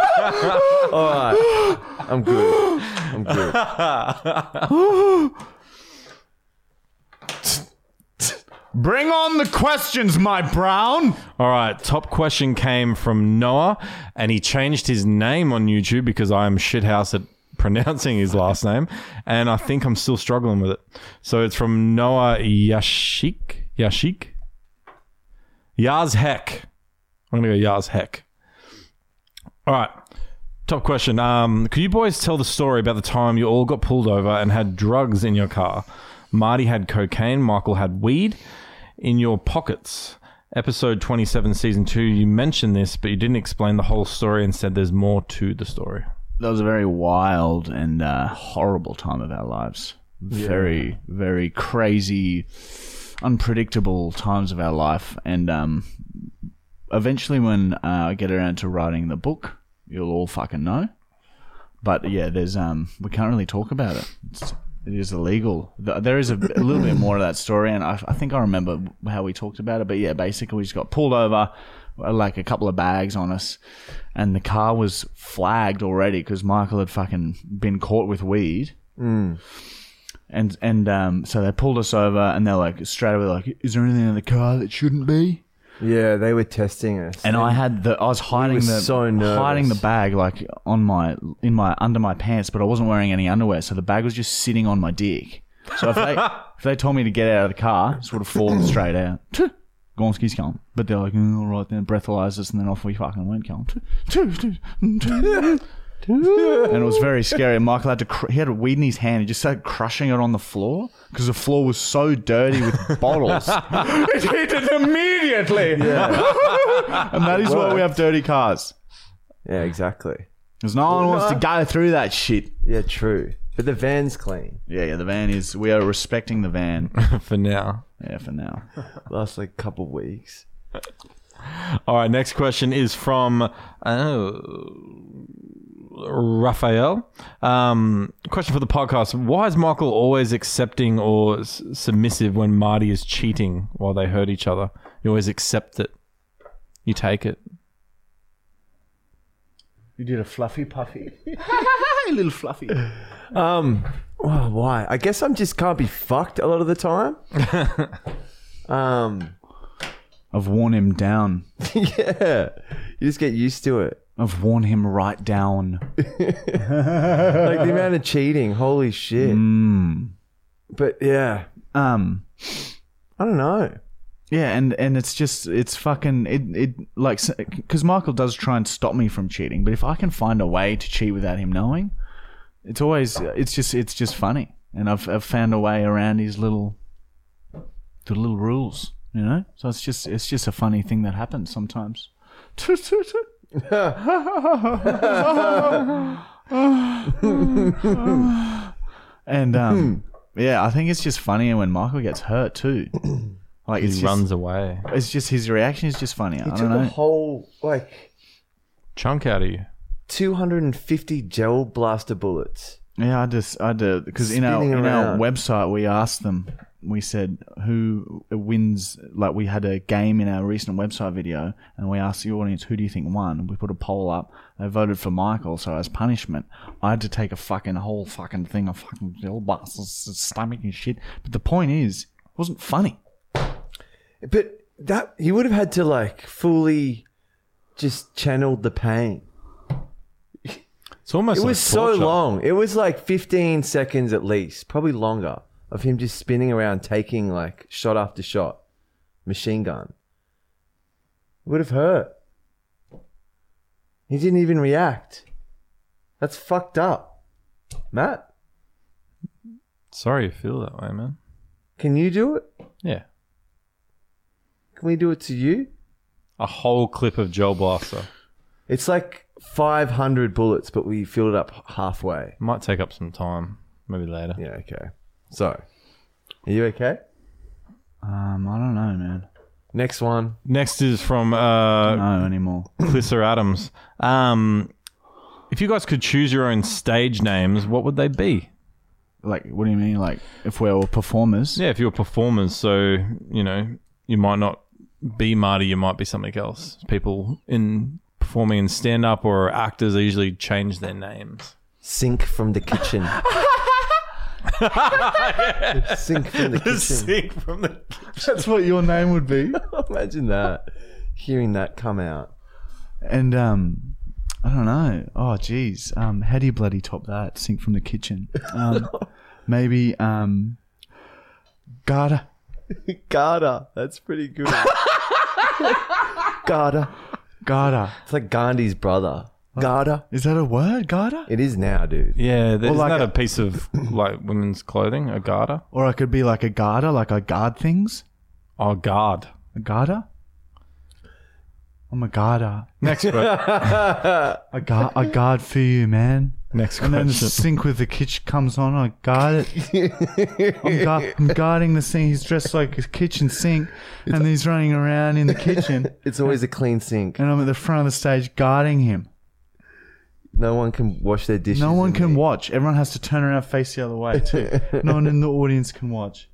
[SPEAKER 3] right. I'm good. I'm good.
[SPEAKER 2] [LAUGHS]
[SPEAKER 1] Bring on the questions, my brown.
[SPEAKER 2] All right. Top question came from Noah, and he changed his name on YouTube because I am shithouse at [LAUGHS] pronouncing his last name, and I think I'm still struggling with it. So it's from Noah Yashik. Yashik? Yaz Heck. I'm going to go Yaz Heck. All right. Top question. Um, could you boys tell the story about the time you all got pulled over and had drugs in your car? Marty had cocaine, Michael had weed in your pockets. Episode 27, season 2, you mentioned this, but you didn't explain the whole story and said there's more to the story. [LAUGHS]
[SPEAKER 1] That was a very wild and uh, horrible time of our lives. Very, very crazy, unpredictable times of our life. And um, eventually, when uh, I get around to writing the book, you'll all fucking know. But yeah, there's um, we can't really talk about it. It's, it is illegal. Th- There is a, a little bit more to that story, and I, I think I remember how we talked about it. But yeah, basically, we just got pulled over, uh, like a couple of bags on us, and the car was flagged already because Michael had fucking been caught with weed. And and um, so they pulled us over, and they're like straight away like, "Is there anything in the car that shouldn't be?"
[SPEAKER 3] Yeah, they were testing us.
[SPEAKER 1] and I had the I was hiding
[SPEAKER 3] were
[SPEAKER 1] the
[SPEAKER 3] so nervous.
[SPEAKER 1] hiding the bag like on my in my under my pants, but I wasn't wearing any underwear, so the bag was just sitting on my dick. So if
[SPEAKER 3] [LAUGHS]
[SPEAKER 1] they if they told me to get out of the car, it just would have fallen straight
[SPEAKER 3] [LAUGHS]
[SPEAKER 1] out. Tuh, Gonski's come, but they're like, "Mm, all right then, breathalyze us, and then off we fucking went, come. And it was very scary. And Michael had to cr- he had a weed in his hand. He just started crushing it on the floor because the floor was so dirty with
[SPEAKER 3] [LAUGHS]
[SPEAKER 1] bottles. it hit it immediately. And that is why we have dirty cars.
[SPEAKER 3] yeah, exactly.
[SPEAKER 1] Because no one wants to go through that shit.
[SPEAKER 3] Yeah, true. But the van's clean.
[SPEAKER 1] Yeah, yeah, the van is. We are respecting the [LAUGHS] van.
[SPEAKER 2] for now.
[SPEAKER 1] Yeah, for now.
[SPEAKER 3] Last like couple weeks.
[SPEAKER 2] All right, next question is from oh, Raphael. Um, question for the podcast Why is Michael always accepting or s- submissive when Marty is cheating while they hurt each other? You always accept it, you take it.
[SPEAKER 1] You did a fluffy [LAUGHS] puffy. little fluffy.
[SPEAKER 3] Um, well, why? I guess I'm just can't be fucked a lot of
[SPEAKER 1] [LAUGHS]
[SPEAKER 3] the time. um,
[SPEAKER 1] I've worn him down.
[SPEAKER 3] yeah, you just get used to it.
[SPEAKER 1] I've worn him right down.
[SPEAKER 3] Like the amount of cheating, holy shit.
[SPEAKER 1] Mm.
[SPEAKER 3] But yeah,
[SPEAKER 1] Um.
[SPEAKER 3] I don't know.
[SPEAKER 1] Yeah, and and it's just it's fucking it it like because Michael does try and stop me from cheating, but if I can find a way to cheat without him knowing, it's always it's just it's just funny, and I've I've found a way around his little the little rules, you know. So it's just it's just a funny thing that happens sometimes. and um, yeah, I think it's just funny when Michael gets hurt too. Like
[SPEAKER 2] He
[SPEAKER 1] it's just,
[SPEAKER 2] runs away.
[SPEAKER 1] it's just his reaction is just oh. funny. I
[SPEAKER 3] It
[SPEAKER 1] don't
[SPEAKER 3] took
[SPEAKER 1] know.
[SPEAKER 3] a whole like
[SPEAKER 2] Chunk out of you.
[SPEAKER 3] 250 gel blaster bullets.
[SPEAKER 1] Yeah, I just I do because in our
[SPEAKER 3] Spinning
[SPEAKER 1] in our
[SPEAKER 3] around.
[SPEAKER 1] website we asked them. We said who wins. Like we had a game in our recent website video, and we asked the audience who do you think won. We put a poll up. They voted for Michael. So as punishment, I had to take a fucking whole fucking thing of fucking little bastard's stomach and shit. But the point is, it wasn't funny.
[SPEAKER 3] But that he would have had to like fully just channeled the pain.
[SPEAKER 2] It's almost
[SPEAKER 3] It
[SPEAKER 2] like
[SPEAKER 3] was so
[SPEAKER 2] torture.
[SPEAKER 3] long. It was like 15 seconds at least, probably longer, of him just spinning around, taking like shot after shot, machine gun. It would have hurt. He didn't even react. That's fucked up. Matt,
[SPEAKER 2] Sorry you feel that way, man.
[SPEAKER 3] can you do it?
[SPEAKER 2] Yeah.
[SPEAKER 3] Can we do it to you?
[SPEAKER 2] A whole clip of Joel Blaster.
[SPEAKER 3] It's like 500 bullets, but we filled it up halfway.
[SPEAKER 2] Might take up some time. Maybe later.
[SPEAKER 3] Yeah, okay. So, are you okay?
[SPEAKER 1] Um, I don't know, man.
[SPEAKER 3] Next one.
[SPEAKER 2] Next is from uh,
[SPEAKER 1] No anymore.
[SPEAKER 2] Clissa Adams. Um, if you guys could choose your own stage names, what would they be?
[SPEAKER 1] Like, what do you mean? Like, if we're all performers?
[SPEAKER 2] Yeah, if you're performers, so you know you might not be Marty, you might be something else. People in performing in stand up or actors usually change their names. [LAUGHS]
[SPEAKER 3] Sink from the [LAUGHS] kitchen. Sink from the kitchen.
[SPEAKER 2] from the
[SPEAKER 1] That's what your name would be.
[SPEAKER 3] Imagine that. Hearing that come out.
[SPEAKER 1] And um, I don't know. Oh, jeez. Um, how do you bloody top that? Sink from the kitchen. Um, maybe um, gotta
[SPEAKER 3] Garda. That's pretty good. [LAUGHS] Garda.
[SPEAKER 1] gotta.
[SPEAKER 3] It's like Gandhi's brother. Garda.
[SPEAKER 1] Is that a word? Gotta.
[SPEAKER 3] It is now, dude.
[SPEAKER 2] yeah. Isn't
[SPEAKER 1] like
[SPEAKER 2] that a,
[SPEAKER 1] a-
[SPEAKER 2] piece of like women's clothing? A garter?
[SPEAKER 1] Or I could be like a garda, like I guard things.
[SPEAKER 2] Oh, guard.
[SPEAKER 1] A garda. I'm a garda. [LAUGHS]
[SPEAKER 2] Next, que-
[SPEAKER 1] I guard. I guard for you, man.
[SPEAKER 2] next
[SPEAKER 1] And then the
[SPEAKER 2] question.
[SPEAKER 1] sink with the kitchen comes on. I guard it. I'm, gu- I'm guarding the sink. He's dressed like a kitchen sink, and he's running around in the kitchen.
[SPEAKER 3] It's always a clean sink.
[SPEAKER 1] and I'm at the front of the stage guarding him.
[SPEAKER 3] No one can wash their dishes.
[SPEAKER 1] No one
[SPEAKER 3] in
[SPEAKER 1] can
[SPEAKER 3] the
[SPEAKER 1] watch. Everyone has to turn around, face the other way. Too. no one in the audience can watch.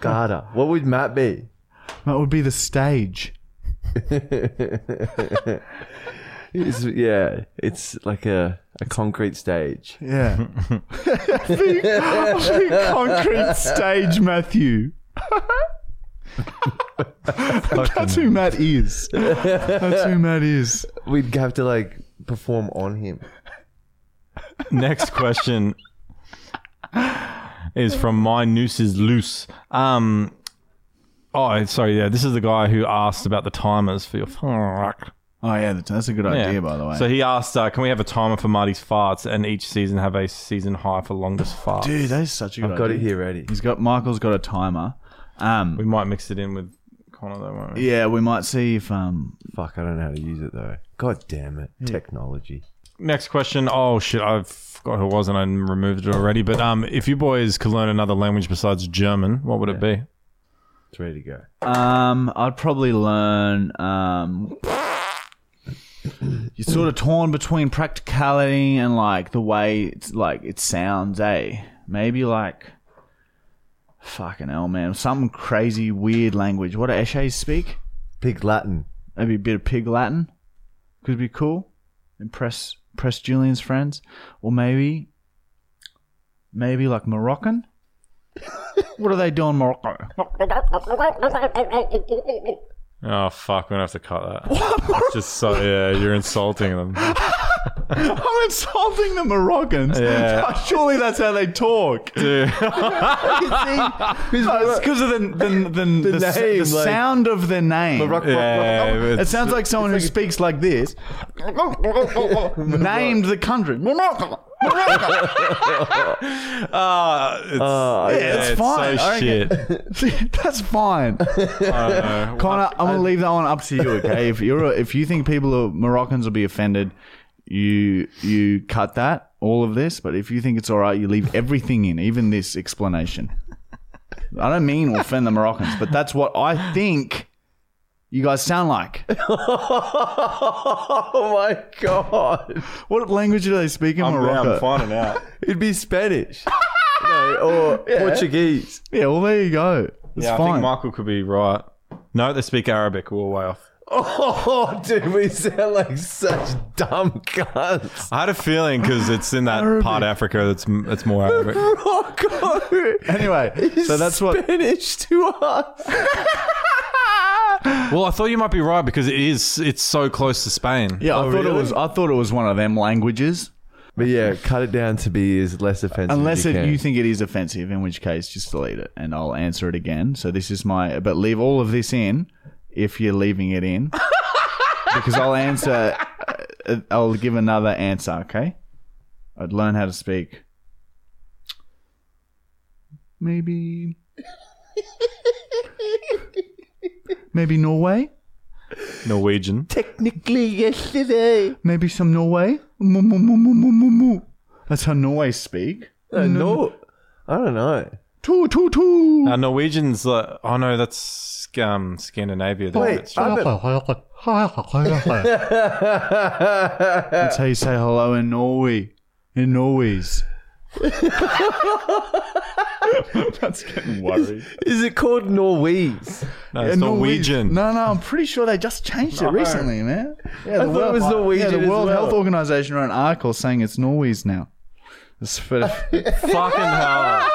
[SPEAKER 3] Garda. What would Matt [LAUGHS] be?
[SPEAKER 1] That would be the stage.
[SPEAKER 3] It's, yeah, it's like a, a concrete stage.
[SPEAKER 1] Yeah, [LAUGHS] the, the concrete stage, Matthew. That's who Matt is. That's who Matt is.
[SPEAKER 3] We'd have to like perform on him.
[SPEAKER 2] Next question is from My Noose is Loose. Um, oh, sorry. Yeah, this is the guy who asked about the timers for your fuck.
[SPEAKER 1] Oh yeah, that's- that's a good
[SPEAKER 2] Yeah.
[SPEAKER 1] idea, by the way.
[SPEAKER 2] So he asked, uh, can we have a timer for Marty's farts and each season have a season high for longest fart?
[SPEAKER 1] Dude, that is such a good
[SPEAKER 3] I've got
[SPEAKER 1] idea.
[SPEAKER 3] it here ready.
[SPEAKER 1] He's got Michael's got a timer. Um,
[SPEAKER 2] We might mix it in with Connor though, won't we?
[SPEAKER 1] yeah, we might see if um,
[SPEAKER 3] Fuck, I don't know how to use it though. God damn it. Technology.
[SPEAKER 2] Next question. Oh shit, I forgot who it was and I removed it already. But um, if you boys could learn another language besides German, what would it be?
[SPEAKER 3] It's ready to go.
[SPEAKER 1] um, I'd probably learn um. You're sort of torn between practicality and like the way it's like it sounds, eh? Maybe like fucking hell, man, some crazy weird language. What do Eshays speak?
[SPEAKER 3] Pig Latin.
[SPEAKER 1] Maybe a bit of pig Latin could be cool. Impress impress Julian's friends, or maybe maybe like Moroccan. [LAUGHS] what are they doing, in Morocco?
[SPEAKER 2] Oh fuck, we're gonna have to cut that. Just so yeah, you're insulting them.
[SPEAKER 1] I'm insulting the Moroccans. [LAUGHS] Ah,
[SPEAKER 2] Yeah.
[SPEAKER 1] Surely that's how they talk.
[SPEAKER 2] [LAUGHS] Dude.
[SPEAKER 1] No, it's because of the the, the, the, s-
[SPEAKER 3] name,
[SPEAKER 1] the
[SPEAKER 3] like-
[SPEAKER 1] sound of their name.
[SPEAKER 2] [LAUGHS] Yeah,
[SPEAKER 1] It
[SPEAKER 2] it's-
[SPEAKER 1] sounds like someone who speaks like this named the country. [LAUGHS] Morocco. Morocco.
[SPEAKER 2] Ah, it's,
[SPEAKER 3] I-
[SPEAKER 2] yeah,
[SPEAKER 1] Uh, it's fine,
[SPEAKER 2] so
[SPEAKER 1] I
[SPEAKER 2] shit.
[SPEAKER 1] That's fine.
[SPEAKER 2] [LAUGHS] I don't know.
[SPEAKER 1] Connor, I'm gonna leave that one up to
[SPEAKER 2] [LAUGHS]
[SPEAKER 1] you, okay? if you're if you think people are Moroccans will be offended, you you cut that all of this. But if you think it's all right, you leave everything in, even this explanation. I don't mean to offend the Moroccans, but that's what I think you guys sound like.
[SPEAKER 3] [LAUGHS] Oh my god.
[SPEAKER 1] What language do they speak in Morocco?
[SPEAKER 2] finding out.
[SPEAKER 3] It'd be [LAUGHS] Spanish. no, or Portuguese.
[SPEAKER 1] Yeah, well there you go. It's
[SPEAKER 2] yeah, I
[SPEAKER 1] fine.
[SPEAKER 2] think Michael could be right. No, they speak Arabic. We're way off.
[SPEAKER 3] Oh, dude, we sound like such dumb cunts.
[SPEAKER 2] I had a feeling because it's in that
[SPEAKER 1] Arabic.
[SPEAKER 2] part of Africa that's it's more
[SPEAKER 1] [LAUGHS]
[SPEAKER 2] Arabic.
[SPEAKER 3] Morocco.
[SPEAKER 1] anyway, so that's
[SPEAKER 2] [LAUGHS]
[SPEAKER 1] what
[SPEAKER 3] Spanish to us.
[SPEAKER 2] well, I thought you might be right because it is. It's so close to Spain.
[SPEAKER 1] Yeah, I
[SPEAKER 3] Oh,
[SPEAKER 1] thought it
[SPEAKER 3] really?
[SPEAKER 1] was I thought it was one of them languages.
[SPEAKER 3] But yeah, cut it down to be as less offensive.
[SPEAKER 1] Unless
[SPEAKER 3] as you
[SPEAKER 1] it,
[SPEAKER 3] can.
[SPEAKER 1] you think it is offensive, in which case just delete it and I'll answer it again. So this is my, but leave all of this in if you're leaving it in, because I'll answer. uh, I'll give another answer. Okay, I'd learn how to speak. Maybe. Maybe Norway.
[SPEAKER 2] Norwegian.
[SPEAKER 3] technically yesterday.
[SPEAKER 1] Maybe some Norway. Moo, moo, moo, moo, moo, moo, moo. That's how Norway speak.
[SPEAKER 3] Uh, no, I don't know.
[SPEAKER 1] Two, two, two.
[SPEAKER 2] Uh, Norwegians. Like, oh no, that's um, Scandinavia.
[SPEAKER 1] Oh,
[SPEAKER 2] They're
[SPEAKER 3] Wait,
[SPEAKER 1] uh,
[SPEAKER 2] not-
[SPEAKER 3] I bet- [LAUGHS]
[SPEAKER 1] That's how you say hello in Norway. In
[SPEAKER 3] [LAUGHS]
[SPEAKER 1] Norway's. That's getting worried.
[SPEAKER 3] is it called Norwese?
[SPEAKER 2] no, it's Norwegian.
[SPEAKER 1] No, no, I'm pretty sure they just changed it recently, man. Yeah, the
[SPEAKER 3] thought it was Norwegian
[SPEAKER 1] Yeah, the
[SPEAKER 3] as
[SPEAKER 1] World
[SPEAKER 3] well.
[SPEAKER 1] Health Organization wrote an article saying it's Norway's now. It's for-
[SPEAKER 3] [LAUGHS]
[SPEAKER 2] Fucking hell.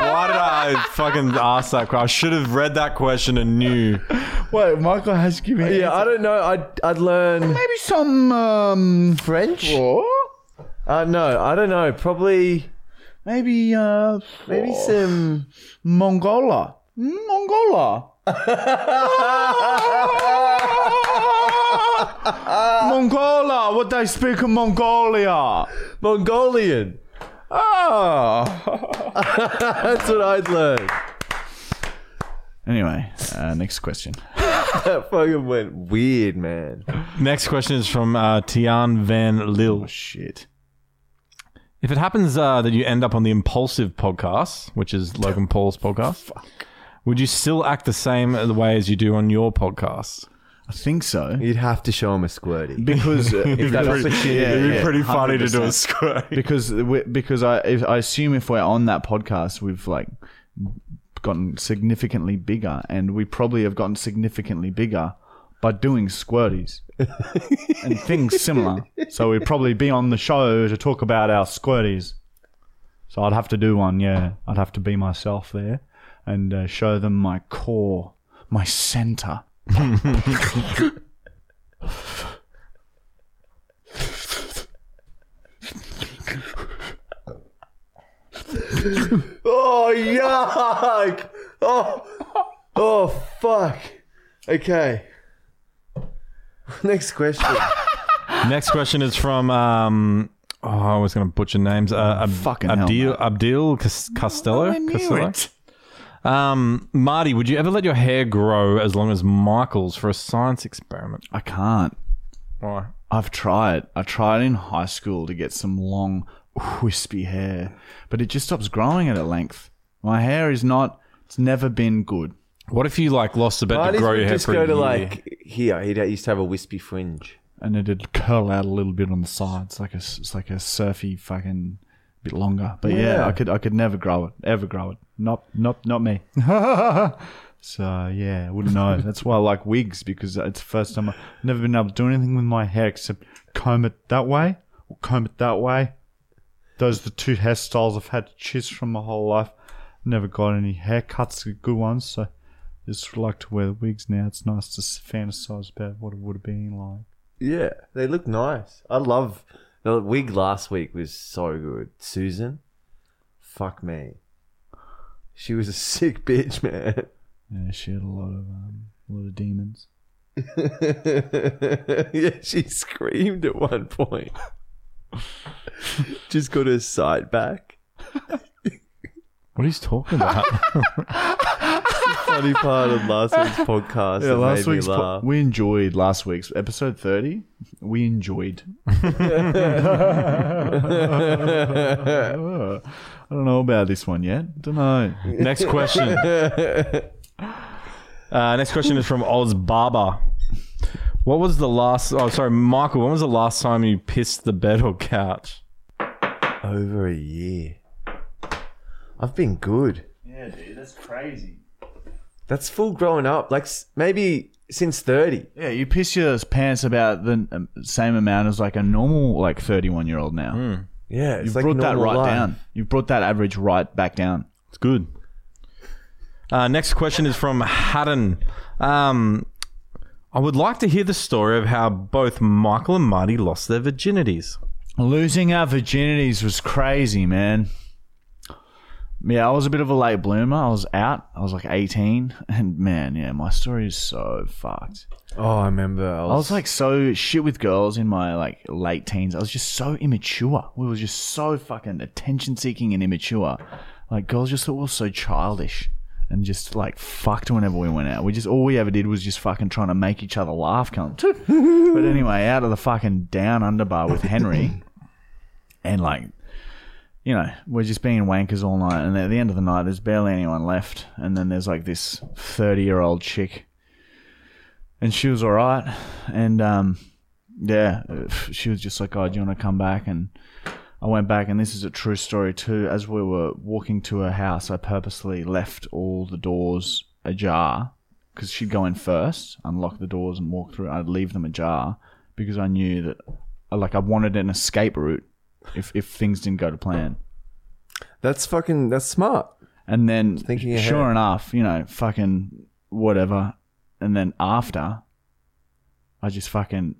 [SPEAKER 2] Why did I fucking ask that question? I should have read that question and knew.
[SPEAKER 1] Wait, Michael has given me.
[SPEAKER 3] Yeah, I don't know. I'd I'd learn
[SPEAKER 1] Maybe some. Um,
[SPEAKER 3] French.
[SPEAKER 1] or
[SPEAKER 3] Uh, no, I don't know. Probably
[SPEAKER 1] maybe. Uh,
[SPEAKER 3] maybe some.
[SPEAKER 1] Mongola. Mongola. Mongola. What they speak in Mongolia.
[SPEAKER 3] Mongolian.
[SPEAKER 1] Oh.
[SPEAKER 3] That's what I'd learn. [LAUGHS]
[SPEAKER 1] Anyway, uh, next question.
[SPEAKER 3] That fucking went weird, man.
[SPEAKER 2] Next question is from uh, Tian Van Lille.
[SPEAKER 1] Shit.
[SPEAKER 2] If it happens uh, that you end up on the Impulsive podcast, which is Logan Paul's podcast, would you still act the same the way as you do on your podcast?
[SPEAKER 1] I think so.
[SPEAKER 3] You'd have to show him a squirty.
[SPEAKER 1] Because [LAUGHS] uh, if that opportunity, yeah, yeah, 100%.
[SPEAKER 2] squirt.
[SPEAKER 1] Because we- because I if, I assume if we're on that podcast, we've like gotten significantly bigger, and we probably have gotten significantly bigger by doing [LAUGHS] squirties and things similar. So we'd probably be on the show to talk about our squirties. So I'd have to do one, yeah. I'd have to be myself there and uh, show them my core, my center.
[SPEAKER 3] Oh yuck! Oh, oh fuck. Okay. [LAUGHS]
[SPEAKER 2] [LAUGHS]
[SPEAKER 3] Next question.
[SPEAKER 2] Next question is from um. Oh, I was going to butcher names. Uh, Ab-
[SPEAKER 1] Fucking hell,
[SPEAKER 2] Abdil Abdil Cas- Costello.
[SPEAKER 1] I knew
[SPEAKER 2] Costello?
[SPEAKER 1] it.
[SPEAKER 2] Um, Marty, would you ever let your hair grow as long as Michael's for a science experiment?
[SPEAKER 1] I can't.
[SPEAKER 2] Why?
[SPEAKER 1] I've tried. I tried in high school to get some long, wispy hair, but it just stops growing at a length. My hair is not. It's never been good.
[SPEAKER 2] What if you like lost a bet to
[SPEAKER 3] Marty's
[SPEAKER 2] grow your
[SPEAKER 3] would
[SPEAKER 2] hair
[SPEAKER 3] just
[SPEAKER 2] for
[SPEAKER 3] go
[SPEAKER 2] a
[SPEAKER 3] to
[SPEAKER 2] year?
[SPEAKER 3] like here. He'd used to have a wispy fringe.
[SPEAKER 1] and it'd curl out a little bit on the sides, like a it's like a surfy fucking bit longer. But yeah,
[SPEAKER 3] Yeah.
[SPEAKER 1] I could I could never grow it, ever grow it. Not not not me. so yeah, I wouldn't know. That's why I like wigs because it's the first time I've never been able to do anything with my hair except comb it that way or comb it that way. Those are the two hairstyles I've had to choose from my whole life. Never got any haircuts, good ones. So just like to wear the wigs now. It's nice to s- fantasize about what it would have been like.
[SPEAKER 3] Yeah, they look nice. I love the wig last week was so good. Susan, fuck me. She was a sick [LAUGHS] bitch, man.
[SPEAKER 1] Yeah, she had a lot of um, a lot of demons.
[SPEAKER 3] yeah, she screamed at one point. Just got her sight back.
[SPEAKER 2] What are you talking
[SPEAKER 3] [LAUGHS]
[SPEAKER 2] about?
[SPEAKER 3] Funny part of
[SPEAKER 1] [LAUGHS]
[SPEAKER 3] last week's podcast. that made me laugh.
[SPEAKER 1] we enjoyed last week's episode thirty. We
[SPEAKER 3] [LAUGHS]
[SPEAKER 1] enjoyed. [LAUGHS] I don't know about this one yet. Don't know.
[SPEAKER 2] next
[SPEAKER 3] [LAUGHS]
[SPEAKER 2] question. Uh, next question is from Oz Barber. What was the last? Oh, sorry, Michael. When was the last time you pissed the bed or couch?
[SPEAKER 3] Over a year. I've been good.
[SPEAKER 1] Yeah, dude, that's crazy.
[SPEAKER 3] That's full grown up. Like s- maybe since 30.
[SPEAKER 1] Yeah, you piss your pants about the um, same amount as like a normal like thirty-one year old now.
[SPEAKER 3] Yeah, Hmm. it's
[SPEAKER 1] You've
[SPEAKER 3] like
[SPEAKER 1] brought that
[SPEAKER 3] normal
[SPEAKER 1] right
[SPEAKER 3] life.
[SPEAKER 1] down. You've brought that average right back down.
[SPEAKER 2] It's good. Uh, next question is from Haddon. Um, I would like to hear the story of how both Michael and Marty lost their virginities.
[SPEAKER 1] Losing our virginities was crazy, man. Yeah, I was a bit of a late bloomer. I was out. I was like 18. And man, yeah, my story is so fucked.
[SPEAKER 3] Oh, I remember. I was,
[SPEAKER 1] I was like so shit with girls in my like late teens. I was just so immature. We were just so fucking attention seeking and immature. Like girls just thought we were so childish and just like fucked whenever we went out. We just all we ever did was just fucking trying to make each other laugh. Come, but anyway, out of the fucking down under bar with Henry, and like. You know, we're just being wankers all night, and at the end of the night, there's barely anyone left. And then there's like this 30 year old chick and she was all right. And um, yeah, she was just like, "Oh, do you want to come back?" And I went back, and this is a true story too. As we were walking to her house, I purposely left all the doors ajar because she'd go in first, unlock the doors, and walk through. I'd leave them ajar because I knew that, like, I wanted an escape route if if things didn't go to plan.
[SPEAKER 3] that's fucking, that's smart.
[SPEAKER 1] And then,
[SPEAKER 3] Thinking ahead.
[SPEAKER 1] sure enough, you know, fucking whatever. And then after, I just fucking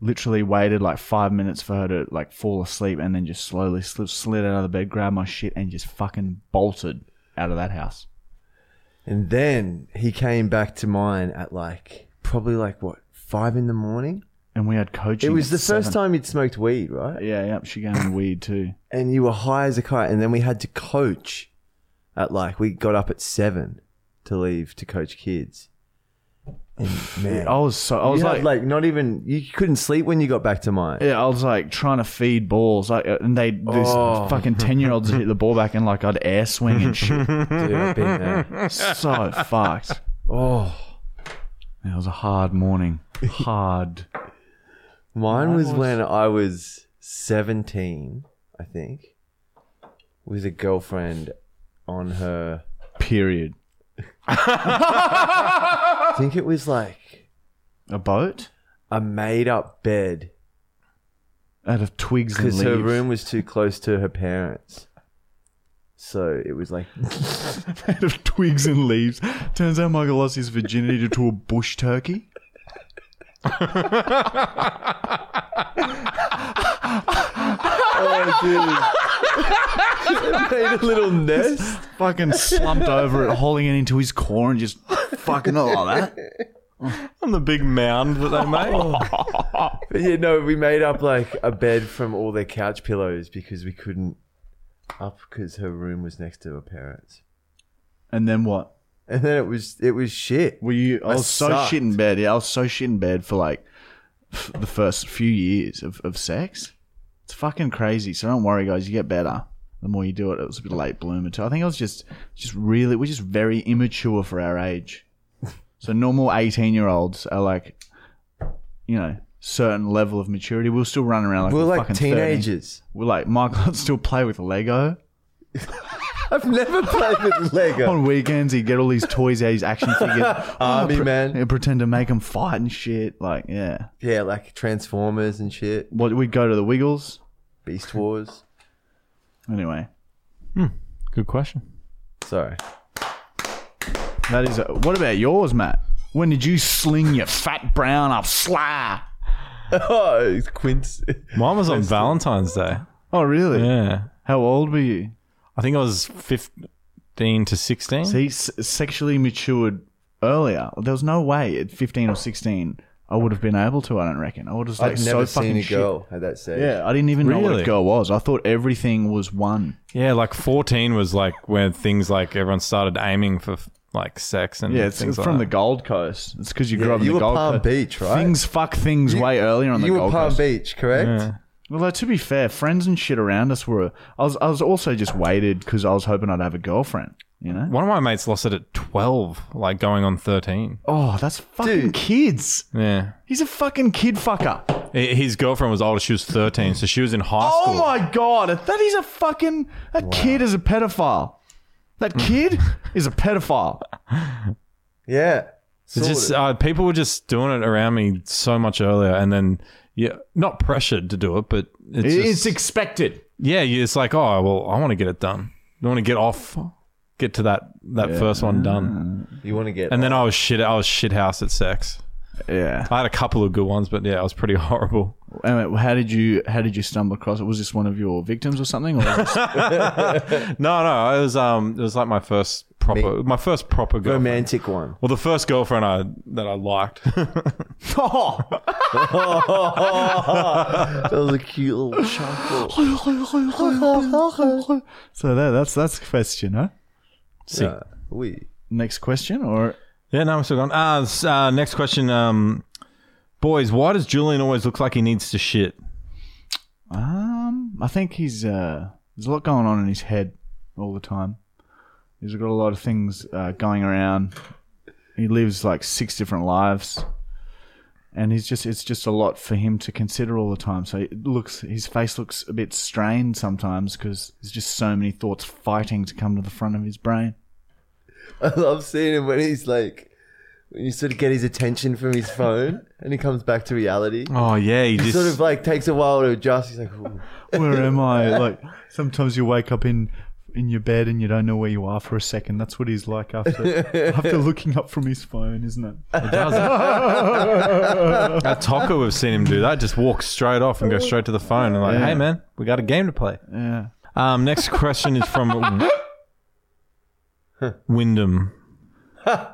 [SPEAKER 1] literally waited like five minutes for her to like fall asleep and then just slowly slid, slid out of the bed, grabbed my shit, and just fucking bolted out of that house.
[SPEAKER 3] And then he came back to mine at like, probably like what, five in the morning?
[SPEAKER 1] And we had coaching.
[SPEAKER 3] It was
[SPEAKER 1] at
[SPEAKER 3] the first
[SPEAKER 1] seven.
[SPEAKER 3] time you'd smoked weed, right?
[SPEAKER 1] Yeah, yeah. She gave me weed too.
[SPEAKER 3] And you were high as a kite. And then we had to coach at like, we got up at seven to leave to coach kids. And man,
[SPEAKER 1] I was so I was
[SPEAKER 3] you
[SPEAKER 1] like,
[SPEAKER 3] had like not even, you couldn't sleep when you got back to mine.
[SPEAKER 1] [LAUGHS] Yeah, I was like trying to feed balls, like, uh, and they these
[SPEAKER 3] Oh.
[SPEAKER 1] fucking ten year olds hit the ball back, and like I'd air swing and
[SPEAKER 3] [LAUGHS]
[SPEAKER 1] shit.
[SPEAKER 3] Dude, I've been there.
[SPEAKER 1] so fucked.
[SPEAKER 3] Oh.
[SPEAKER 1] It was a hard morning. Hard.
[SPEAKER 3] Mine was when I was 17, I think, with a girlfriend on her.
[SPEAKER 1] Period.
[SPEAKER 3] I think it was like
[SPEAKER 1] A boat
[SPEAKER 3] a made up bed
[SPEAKER 1] out of twigs and
[SPEAKER 3] because
[SPEAKER 1] leaves. [LAUGHS]
[SPEAKER 3] her room was too close to her parents. So it was like
[SPEAKER 1] made of twigs and leaves. Turns out Michael lost his virginity to a bush turkey.
[SPEAKER 3] Oh, dude. [LAUGHS] made a little nest.
[SPEAKER 1] Fucking slumped over it, hauling it into his core and just fucking all like that.
[SPEAKER 2] On the big mound that they make.
[SPEAKER 3] But yeah, no, we made up like a bed from all their couch pillows because we couldn't up because her room was next to her parents.
[SPEAKER 1] And then what?
[SPEAKER 3] And then it was it was shit.
[SPEAKER 1] Were you? I
[SPEAKER 3] I
[SPEAKER 1] was so
[SPEAKER 3] sucked.
[SPEAKER 1] shit in bed. Yeah, I was so shit in bed for like f- the first few years of, of sex. It's fucking crazy. So don't worry, guys. You get better the more you do it. It was a bit of late bloomer too. I think I was just just really we're just very immature for our age. So normal eighteen year olds are like, you know, certain level of maturity. We'll still run around like
[SPEAKER 3] We
[SPEAKER 1] we're,
[SPEAKER 3] were like
[SPEAKER 1] fucking 30.
[SPEAKER 3] teenagers. [LAUGHS]
[SPEAKER 1] We're like [LAUGHS] Michael would still play with Lego
[SPEAKER 3] I've never played with Lego.
[SPEAKER 1] on weekends. He'd get all these toys out, his action
[SPEAKER 3] [LAUGHS]
[SPEAKER 1] figures.
[SPEAKER 3] Army man.
[SPEAKER 1] and pretend to make them fight and shit. Like, yeah.
[SPEAKER 3] Yeah, like Transformers and shit.
[SPEAKER 1] What we'd go to the Wiggles
[SPEAKER 3] Beast Wars.
[SPEAKER 1] anyway.
[SPEAKER 2] [LAUGHS] Good question.
[SPEAKER 3] Sorry. [LAUGHS]
[SPEAKER 1] That is. what about yours, Matt? When did you sling your fat brown up sly?
[SPEAKER 3] Oh, it's Quince. [LAUGHS]
[SPEAKER 2] Mine was on Valentine's Day.
[SPEAKER 1] Oh, really?
[SPEAKER 2] Yeah.
[SPEAKER 1] How old were you?
[SPEAKER 2] I think I was 15 to 16.
[SPEAKER 1] See, s- sexually matured earlier. There was no way at fifteen or sixteen I would have been able to. I don't reckon. I would have like
[SPEAKER 3] I've
[SPEAKER 1] so
[SPEAKER 3] never
[SPEAKER 1] fucking
[SPEAKER 3] seen a
[SPEAKER 1] shit.
[SPEAKER 3] girl at that stage.
[SPEAKER 1] Yeah, I didn't even know what a
[SPEAKER 2] Really?
[SPEAKER 1] girl was. I thought everything was one.
[SPEAKER 2] Yeah, like 14 was like when things like everyone started aiming for like sex and
[SPEAKER 1] Yeah, it's
[SPEAKER 2] things
[SPEAKER 1] from
[SPEAKER 2] like
[SPEAKER 1] the
[SPEAKER 2] that.
[SPEAKER 1] Gold Coast. It's because you grew
[SPEAKER 3] Yeah,
[SPEAKER 1] up in
[SPEAKER 3] you
[SPEAKER 1] the
[SPEAKER 3] were
[SPEAKER 1] Gold
[SPEAKER 3] Palm
[SPEAKER 1] Coast.
[SPEAKER 3] Beach, right?
[SPEAKER 1] Things fuck things way earlier on the
[SPEAKER 3] you were
[SPEAKER 1] Gold
[SPEAKER 3] Palm
[SPEAKER 1] Coast.
[SPEAKER 3] Beach, correct?
[SPEAKER 1] Well, like, to be fair, friends and shit around us were. I was, I was also just waited because I was hoping I'd have a girlfriend. You know?
[SPEAKER 2] One of my mates lost it at 12, like going on 13.
[SPEAKER 1] Oh, that's fucking
[SPEAKER 3] Dude.
[SPEAKER 1] kids.
[SPEAKER 2] Yeah.
[SPEAKER 1] He's a fucking kid fucker.
[SPEAKER 2] I- His girlfriend was older. She was 13, so she was in high
[SPEAKER 1] Oh
[SPEAKER 2] school.
[SPEAKER 1] my god, that is a fucking that kid is a pedophile. That kid is a pedophile.
[SPEAKER 3] Yeah.
[SPEAKER 2] It's
[SPEAKER 3] Sorted.
[SPEAKER 2] just uh, people were just doing it around me so much earlier, and then yeah, not pressured to do it, but it's,
[SPEAKER 1] It's
[SPEAKER 2] just-
[SPEAKER 1] expected.
[SPEAKER 2] yeah, you- it's like oh well, I want to get it done. I want to get off, get to that that first one done,
[SPEAKER 1] uh,
[SPEAKER 3] you want to get
[SPEAKER 2] and then I was shit. I was shit house at sex.
[SPEAKER 1] Yeah.
[SPEAKER 2] I had a couple of good ones, but yeah, I was pretty [LAUGHS] horrible.
[SPEAKER 1] Anyway, how did you how did you stumble across it? Was this one of your victims or something? Or was this-
[SPEAKER 2] No, no, it was um, it was like my first proper, my first proper girlfriend.
[SPEAKER 3] romantic
[SPEAKER 1] [LAUGHS]
[SPEAKER 3] one.
[SPEAKER 2] Well, the first girlfriend I that I liked. [LAUGHS]
[SPEAKER 1] oh,
[SPEAKER 3] That was a
[SPEAKER 1] [LAUGHS]
[SPEAKER 3] cute little chuckle.
[SPEAKER 1] [LAUGHS] so there, that's that's the question, huh?
[SPEAKER 2] See.
[SPEAKER 3] Uh, we. [LAUGHS]
[SPEAKER 1] Next question, or
[SPEAKER 2] Yeah, no, I'm still gone. Ah, s- uh, next question. Um, boys, why does Julian always look like he needs to shit?
[SPEAKER 1] Um, I think he's uh, there's a lot going on in his head all the time. He's got a lot of things uh, going around. He lives like six different lives, and he's just it's just a lot for him to consider all the time. So it looks his face looks a bit strained sometimes because there's just so many thoughts fighting to come to the front of his brain.
[SPEAKER 3] I love seeing him when he's like, when you sort of get his attention from his phone and he comes back to reality.
[SPEAKER 2] Oh yeah, he
[SPEAKER 3] He
[SPEAKER 2] just
[SPEAKER 3] sort of like takes a while to adjust. He's like, "Ooh."
[SPEAKER 1] Where am [LAUGHS] I? Like sometimes you wake up in in your bed and you don't know where you are for a second. That's what he's like after [LAUGHS] after looking up from his phone, isn't it?
[SPEAKER 2] does it. At Taco, we've seen him do that. Just walk straight off and go straight to the phone and like,
[SPEAKER 1] Yeah.
[SPEAKER 2] hey man, we got a game to play.
[SPEAKER 1] Yeah.
[SPEAKER 2] Um, next question is from Wyndham.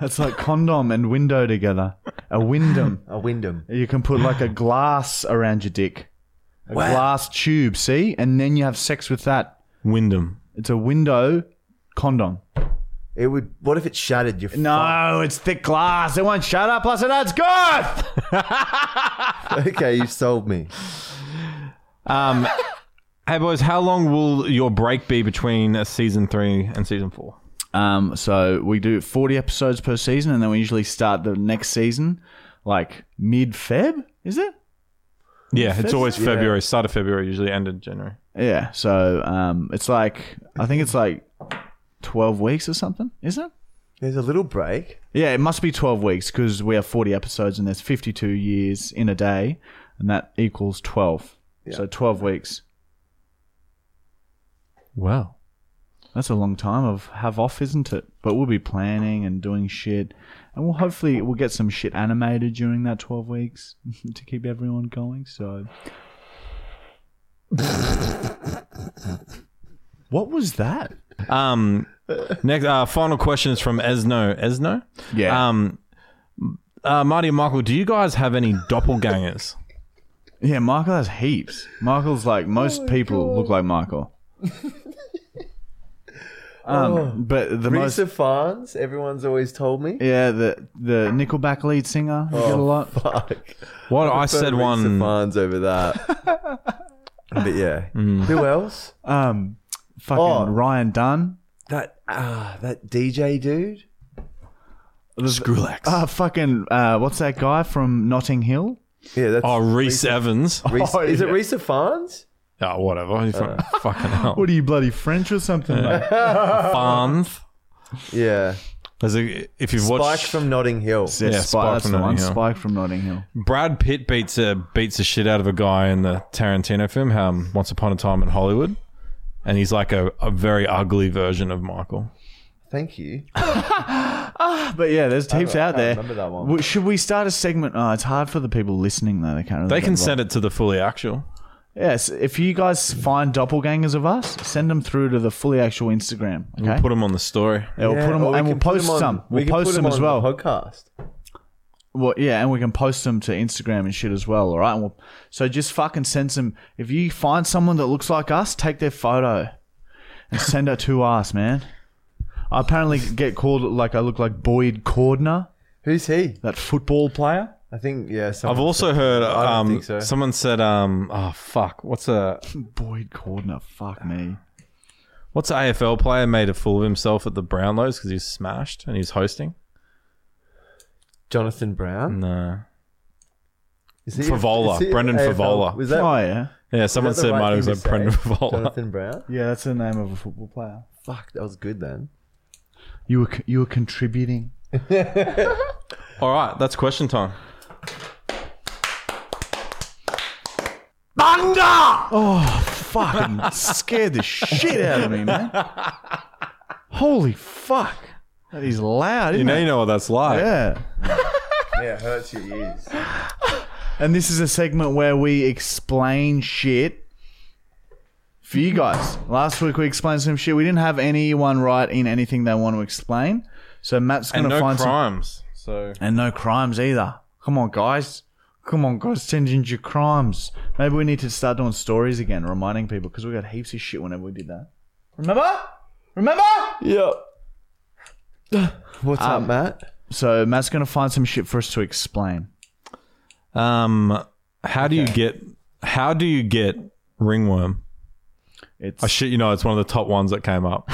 [SPEAKER 1] It's like condom and window together. A Wyndham.
[SPEAKER 3] a Wyndham.
[SPEAKER 1] You can put like a glass around your dick. A glass tube, see? And then you have sex with that.
[SPEAKER 2] Wyndham.
[SPEAKER 1] It's a window condom.
[SPEAKER 3] It would. What if it shattered? You're
[SPEAKER 1] No, it's thick glass. It won't shut up. Plus, it adds girth.
[SPEAKER 3] fucked. [LAUGHS] Okay, you sold me.
[SPEAKER 2] Hey boys, how long will your break be between uh, season three and season four?
[SPEAKER 1] Um, so we do 40 episodes per season, and then we usually start the next season like mid Feb, is it?
[SPEAKER 2] Yeah, it's always
[SPEAKER 3] Yeah.
[SPEAKER 2] February. Start of February, usually end of January.
[SPEAKER 1] Yeah. So um, it's like, I think it's like 12 weeks or something, is it?
[SPEAKER 3] There's a little break.
[SPEAKER 1] Yeah, it must be 12 weeks because we have 40 episodes and there's 52 years in a day, and that equals 12. So 12 weeks.
[SPEAKER 2] Wow.
[SPEAKER 1] That's a long time of have off, isn't it? But we'll be planning and doing shit, and we'll hopefully we'll get some shit animated during that twelve weeks [LAUGHS] to keep everyone going. So, [LAUGHS] what was that?
[SPEAKER 2] [LAUGHS] Um, next, uh, final question is from Esno. Esno?
[SPEAKER 1] Yeah,
[SPEAKER 2] Um, uh, Marty and Michael, do you guys have any doppelgangers?
[SPEAKER 1] yeah. Michael has heaps. Michael's like most people look like Michael. um, but the most
[SPEAKER 3] Risa Farnes, everyone's always told [LAUGHS] me.
[SPEAKER 1] yeah the the Nickelback lead singer you get a lot.
[SPEAKER 3] Fuck.
[SPEAKER 2] What I said
[SPEAKER 3] Risa
[SPEAKER 2] one.
[SPEAKER 3] Farnes
[SPEAKER 1] [LAUGHS]
[SPEAKER 3] over that. but yeah.
[SPEAKER 1] Mm.
[SPEAKER 3] Who else?
[SPEAKER 1] Um, fucking
[SPEAKER 3] Oh.
[SPEAKER 1] Ryan Dunn.
[SPEAKER 3] That ah, that DJ dude.
[SPEAKER 2] Skrillex.
[SPEAKER 1] Uh, fucking, uh, what's that guy from Notting Hill?
[SPEAKER 3] Yeah, that's
[SPEAKER 2] oh, Reese Evans. [LAUGHS]
[SPEAKER 3] Reese-
[SPEAKER 1] oh,
[SPEAKER 3] is it
[SPEAKER 1] yeah.
[SPEAKER 3] Risa Farnes?
[SPEAKER 2] Oh, whatever. You fuck- fucking [LAUGHS] hell.
[SPEAKER 1] What are you, bloody French or something? mate?
[SPEAKER 2] Farms.
[SPEAKER 3] Yeah.
[SPEAKER 2] There's a, if you've
[SPEAKER 3] Spike
[SPEAKER 2] watched
[SPEAKER 3] from Notting Hill.
[SPEAKER 1] Yeah,
[SPEAKER 2] Yeah,
[SPEAKER 1] Spike,
[SPEAKER 2] Spike
[SPEAKER 1] that's
[SPEAKER 2] from
[SPEAKER 1] the
[SPEAKER 2] Notting
[SPEAKER 1] one.
[SPEAKER 2] Hill.
[SPEAKER 1] Spike from Notting Hill.
[SPEAKER 2] Brad Pitt beats a beats the shit out of a guy in the Tarantino film, um, Once Upon a Time in Hollywood, and he's like a, a very ugly version of Michael.
[SPEAKER 3] Thank you.
[SPEAKER 1] But yeah, there's heaps
[SPEAKER 3] I
[SPEAKER 1] out there.
[SPEAKER 3] remember that one.
[SPEAKER 1] W- Should we start a segment? Oh, it's hard for the people listening though. They can't. Really
[SPEAKER 2] They can
[SPEAKER 1] remember.
[SPEAKER 2] send it to the fully actual.
[SPEAKER 1] Yes, if you guys find doppelgangers of us, send them through to the fully actual Instagram. Okay.
[SPEAKER 2] Put them on the story.
[SPEAKER 1] yeah, we'll
[SPEAKER 3] Yeah,
[SPEAKER 1] put them,
[SPEAKER 3] or we
[SPEAKER 1] and we'll
[SPEAKER 3] can put
[SPEAKER 1] post
[SPEAKER 3] 'em on-
[SPEAKER 1] some.
[SPEAKER 3] we
[SPEAKER 1] We'll
[SPEAKER 3] can
[SPEAKER 1] post
[SPEAKER 3] put 'em
[SPEAKER 1] them as
[SPEAKER 3] on
[SPEAKER 1] well.
[SPEAKER 3] The podcast.
[SPEAKER 1] Well, yeah, and we can post them to Instagram and shit as well. All right. And we'll, so just fucking send some. If you find someone that looks like us, take their photo and send it to us, man. I apparently get called like I look like Boyd Cordner,
[SPEAKER 3] Who's he?
[SPEAKER 1] that football player.
[SPEAKER 3] I think yeah. Someone
[SPEAKER 2] I've also heard
[SPEAKER 3] I don't
[SPEAKER 2] um,
[SPEAKER 3] think so.
[SPEAKER 2] someone said, um, "Oh fuck, what's a
[SPEAKER 1] Boyd Cordner, fuck me.
[SPEAKER 2] what's an AFL player made a fool of himself at the Brownlows because he's smashed and he's hosting?"
[SPEAKER 3] Jonathan Brown.
[SPEAKER 2] No,
[SPEAKER 3] Is he-
[SPEAKER 2] Favola,
[SPEAKER 3] is he
[SPEAKER 2] Brendan
[SPEAKER 3] AFL?
[SPEAKER 2] Favola.
[SPEAKER 3] Was that
[SPEAKER 1] Oh yeah,
[SPEAKER 2] yeah, someone
[SPEAKER 3] Is that the
[SPEAKER 2] said
[SPEAKER 3] right
[SPEAKER 2] might
[SPEAKER 3] thing
[SPEAKER 2] have been
[SPEAKER 3] to
[SPEAKER 2] Brendan
[SPEAKER 3] say?
[SPEAKER 2] Favola.
[SPEAKER 3] Jonathan Brown?
[SPEAKER 1] yeah, that's the name of a football player.
[SPEAKER 3] Fuck, that was good then.
[SPEAKER 1] You were co- you were contributing.
[SPEAKER 2] All right, that's question time.
[SPEAKER 1] Fucking scared the shit out of me, man. Holy fuck, that is loud,
[SPEAKER 2] You
[SPEAKER 1] isn't
[SPEAKER 2] know,
[SPEAKER 1] it?
[SPEAKER 2] you know what that's like.
[SPEAKER 1] Yeah.
[SPEAKER 3] Yeah, it hurts your ears.
[SPEAKER 1] And this is a segment where we explain shit for you guys. Last week we explained some shit. We didn't have anyone write in anything they want to explain. So Matt's going
[SPEAKER 2] and
[SPEAKER 1] to
[SPEAKER 2] no
[SPEAKER 1] find some.
[SPEAKER 2] crimes. So
[SPEAKER 1] And no crimes either. Come on, guys. Come on, guys. Send in your crimes. Maybe we need to start doing stories again, reminding people because we got heaps of shit whenever we did that. Remember? Remember?
[SPEAKER 3] Yep. What's up, Matt?
[SPEAKER 1] So Matt's going to find some shit for us to explain.
[SPEAKER 2] Um, how do you get how do you get ringworm?
[SPEAKER 1] It's
[SPEAKER 2] I shit, you know, it's one of the top ones that came up.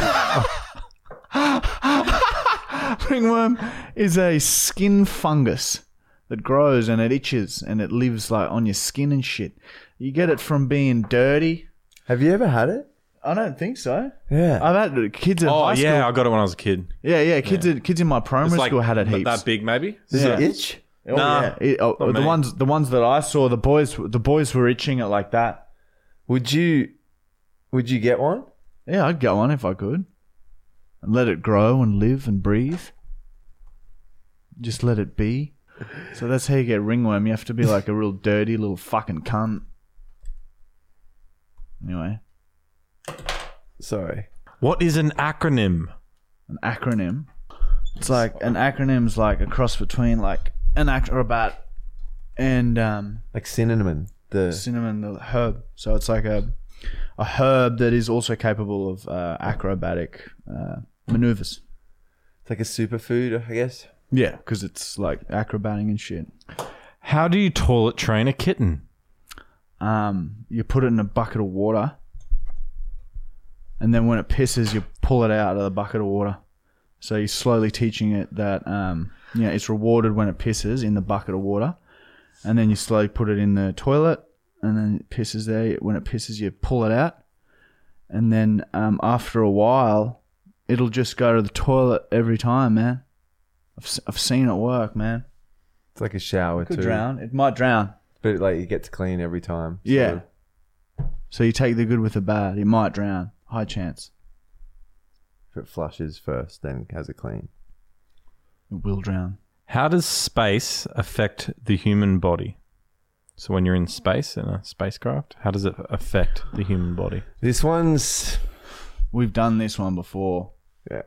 [SPEAKER 1] Ringworm is a skin fungus that grows and it itches and it lives like on your skin and shit. You get it from being dirty.
[SPEAKER 3] Have you ever had it? Uh,
[SPEAKER 1] I don't think so.
[SPEAKER 3] Yeah.
[SPEAKER 1] I've had it- kids at
[SPEAKER 2] [LAUGHS] oh
[SPEAKER 1] high
[SPEAKER 2] yeah,
[SPEAKER 1] school.
[SPEAKER 2] I got it when I was a kid.
[SPEAKER 1] Yeah, yeah, kids at, kids in my primary school had it heaps.
[SPEAKER 2] that big, maybe.
[SPEAKER 3] Does
[SPEAKER 1] Yeah.
[SPEAKER 3] it itch?
[SPEAKER 1] oh,
[SPEAKER 2] Nah,
[SPEAKER 1] yeah. It- oh, the
[SPEAKER 2] me.
[SPEAKER 1] ones the ones that I saw, the boys the boys were itching it like that.
[SPEAKER 3] Would you would you get one?
[SPEAKER 1] Yeah, I'd go on if I could. And let it grow and live and breathe. Just let it be. So that's how you get ringworm. You have to be like a real dirty little fucking cunt. Anyway,
[SPEAKER 3] Sorry.
[SPEAKER 2] What is an acronym?
[SPEAKER 1] an acronym. It's like an acronym's like a cross between like an acrobat and um,
[SPEAKER 3] Like cinnamon. The
[SPEAKER 1] cinnamon, the herb. So it's like a a herb that is also capable of uh, acrobatic uh, maneuvers.
[SPEAKER 3] it's like a superfood, I guess.
[SPEAKER 1] Yeah, because it's like acrobating and shit.
[SPEAKER 2] How do you toilet train a kitten?
[SPEAKER 1] Um, you put it in a bucket of water, and then when it pisses, you pull it out of the bucket of water. So you're slowly teaching it that um, you know, it's rewarded when it pisses in the bucket of water, and then you slowly put it in the toilet, and then it pisses there. When it pisses, you pull it out, and then um, after a while, it'll just go to the toilet every time, man. I've, s- I've seen it work, man.
[SPEAKER 3] It's like a shower
[SPEAKER 1] Could
[SPEAKER 3] too.
[SPEAKER 1] drown. It might drown.
[SPEAKER 3] But like it gets clean every time. so-
[SPEAKER 1] Yeah. So you take the good with the bad. It might drown. High chance.
[SPEAKER 3] if it flushes first, then has a clean.
[SPEAKER 1] It will drown.
[SPEAKER 2] How does space affect the human body? So when you're in space in a spacecraft, how does it affect the human body?
[SPEAKER 3] This one's
[SPEAKER 1] We've done this one before,
[SPEAKER 3] yeah.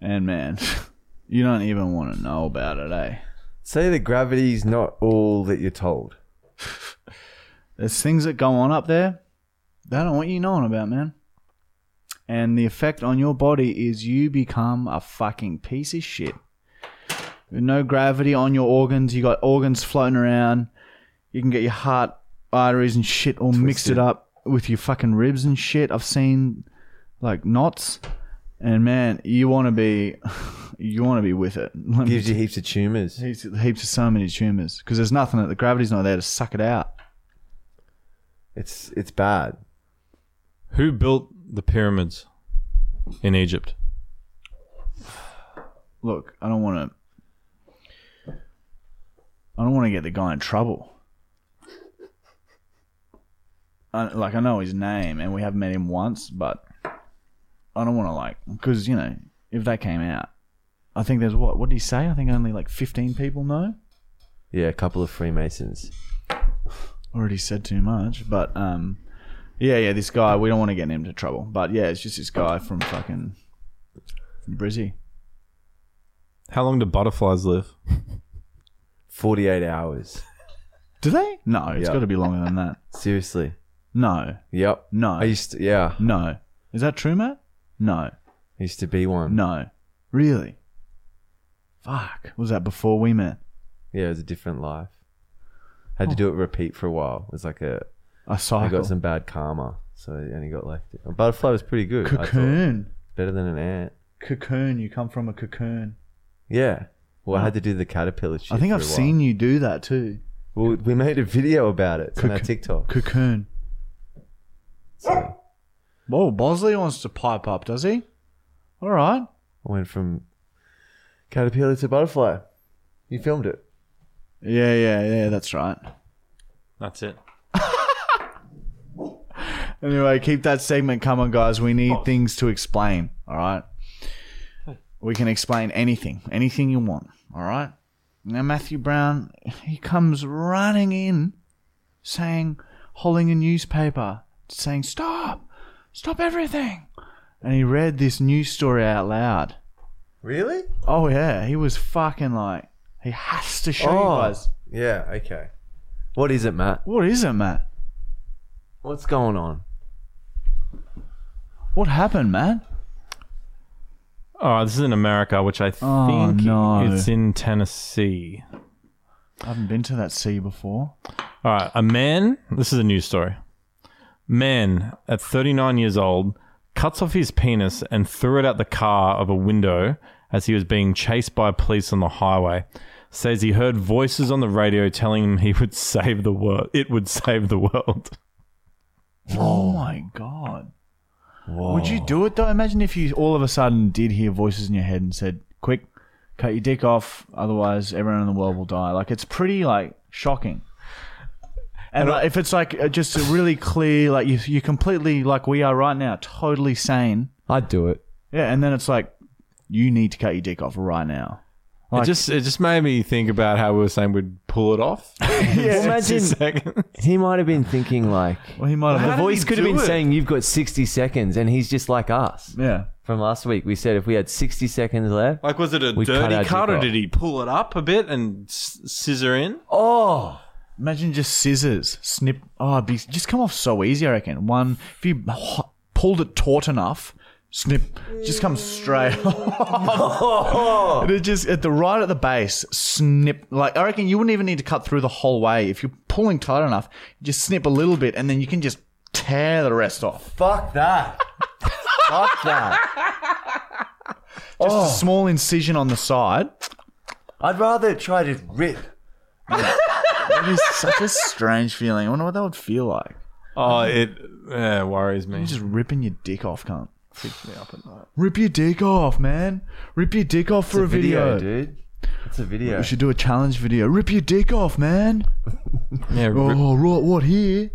[SPEAKER 1] and man, [LAUGHS] you don't even want to know about it, eh?
[SPEAKER 3] Say that gravity's not all that you're told.
[SPEAKER 1] There's things that go on up there they don't want you knowing about, man. And the effect on your body is you become a fucking piece of shit. With no gravity on your organs, you got organs floating around. You can get your heart arteries and shit all mixed it up with your fucking ribs and shit. I've seen like knots. And man, you want to be, [LAUGHS] you want to be with it. [LAUGHS] Let me
[SPEAKER 3] Gives you heaps of tumors.
[SPEAKER 1] Heaps, heaps of so many tumors because there's nothing that the gravity's not there to suck it out.
[SPEAKER 3] It's it's bad.
[SPEAKER 2] Who built the pyramids in Egypt?
[SPEAKER 1] Look, I don't want to. I don't want to get the guy in trouble. I, like I know his name, and we have met him once, but I don't want to like because you know if that came out, I think there's what? What did he say? I think only like 15 people know.
[SPEAKER 3] Yeah, a couple of Freemasons.
[SPEAKER 1] already said too much, but um, yeah, yeah, this guy, we don't want to get him into trouble, but yeah, it's just this guy from fucking from Brizzy.
[SPEAKER 2] How long do butterflies live?
[SPEAKER 3] Forty-eight hours.
[SPEAKER 1] Do they? No, it's
[SPEAKER 3] Yeah.
[SPEAKER 1] got to be longer than that.
[SPEAKER 3] Seriously.
[SPEAKER 1] No,
[SPEAKER 3] Yep.
[SPEAKER 1] no,
[SPEAKER 3] I used to, yeah.
[SPEAKER 1] no. Is that true, Matt? No,
[SPEAKER 3] I used to be one.
[SPEAKER 1] no, really. Fuck, was that before we met?
[SPEAKER 3] Yeah, it was a different life. Had to do it repeat for a while. It was like a
[SPEAKER 1] A
[SPEAKER 3] I
[SPEAKER 1] Oh. cycle.
[SPEAKER 3] got some bad karma, so it only got left. A butterfly was pretty good. I thought
[SPEAKER 1] cocoon,
[SPEAKER 3] better than an ant.
[SPEAKER 1] cocoon. You come from a cocoon.
[SPEAKER 3] Yeah. Well, I had to do the caterpillar. Shit
[SPEAKER 1] I think
[SPEAKER 3] for
[SPEAKER 1] I've
[SPEAKER 3] a while.
[SPEAKER 1] seen you do that too.
[SPEAKER 3] Well, we made a video about it it's on our
[SPEAKER 1] Cocoon.
[SPEAKER 3] TikTok.
[SPEAKER 1] Cocoon.
[SPEAKER 3] So I
[SPEAKER 1] Whoa, Bosley wants to pipe up, does he? All right.
[SPEAKER 3] went from caterpillar to butterfly. You filmed it.
[SPEAKER 1] Yeah, yeah, yeah. That's right.
[SPEAKER 2] That's it.
[SPEAKER 1] Anyway, keep that segment coming, guys. We need things to explain. All right. We can explain anything, anything you want. All right. Now, Matthew Brown, he comes running in saying, holding a newspaper, saying, Stop, stop everything. And he read this news story out loud.
[SPEAKER 3] Really?
[SPEAKER 1] Oh, yeah. He was fucking like, he has to show you
[SPEAKER 3] Oh.
[SPEAKER 1] guys.
[SPEAKER 3] Yeah. Okay. What is it, Matt?
[SPEAKER 1] What is it, Matt?
[SPEAKER 3] What's going on?
[SPEAKER 1] What happened, Matt?
[SPEAKER 2] Oh, this is in America, which I think
[SPEAKER 1] Oh, no.
[SPEAKER 2] it's in Tennessee.
[SPEAKER 1] I haven't been to that sea before.
[SPEAKER 2] All right, a man. This is a news story. Man at 39 years old cuts off his penis and threw it out the car of a window as he was being chased by police on the highway. Says he heard voices on the radio telling him he would save the world. It would save the world.
[SPEAKER 1] Oh my god.
[SPEAKER 3] Whoa.
[SPEAKER 1] Would you do it though? Imagine if you all of a sudden did hear voices in your head and said, "Quick, cut your dick off, otherwise everyone in the world will die." Like it's pretty like shocking. And, like, if it's like uh, just a really clear, like you, you're completely like we are right now, totally sane.
[SPEAKER 3] I'd do [LAUGHS] it.
[SPEAKER 1] Yeah, and then it's like you need to cut your dick off right now.
[SPEAKER 2] it
[SPEAKER 1] Like-
[SPEAKER 2] just it just made me think about how we were saying we'd pull it [LAUGHS] off.
[SPEAKER 3] Well,
[SPEAKER 2] Two
[SPEAKER 3] imagine
[SPEAKER 2] seconds.
[SPEAKER 3] he might have been thinking like
[SPEAKER 1] Well, he might
[SPEAKER 3] the
[SPEAKER 1] have.
[SPEAKER 3] voice could have
[SPEAKER 2] do
[SPEAKER 3] been
[SPEAKER 2] it?
[SPEAKER 3] saying you've got 60 seconds, and he's just like us
[SPEAKER 1] Yeah.
[SPEAKER 3] from last week. We said if we had 60 seconds left,
[SPEAKER 2] Like, was it a
[SPEAKER 3] We cut
[SPEAKER 2] dirty
[SPEAKER 3] our
[SPEAKER 2] cut,
[SPEAKER 3] dick
[SPEAKER 2] or
[SPEAKER 3] off.
[SPEAKER 2] did he pull it up a bit and s- scissor in?
[SPEAKER 3] oh,
[SPEAKER 1] Imagine just scissors, snip. Oh, it'd be, just come off so easy, I reckon. One, if you ho- pulled it taut enough, snip, just comes straight. [LAUGHS] and it just at the right at the base, snip. Like I reckon you wouldn't even need to cut through the whole way if you're pulling tight enough. Just snip a little bit, and then you can just tear the rest off.
[SPEAKER 3] fuck that. fuck that.
[SPEAKER 1] Just a small incision on the side.
[SPEAKER 3] I'd rather try to rip.
[SPEAKER 1] It is such a strange feeling. I wonder what that would feel like.
[SPEAKER 2] Oh, it uh, worries me.
[SPEAKER 1] Just ripping your dick off, cunt. Rip your dick off, man. Rip your dick off for a, video.
[SPEAKER 3] dude. It's a video.
[SPEAKER 1] We should do a challenge video. Rip your dick off, man.
[SPEAKER 2] Yeah, rip-
[SPEAKER 1] Oh, right, what here?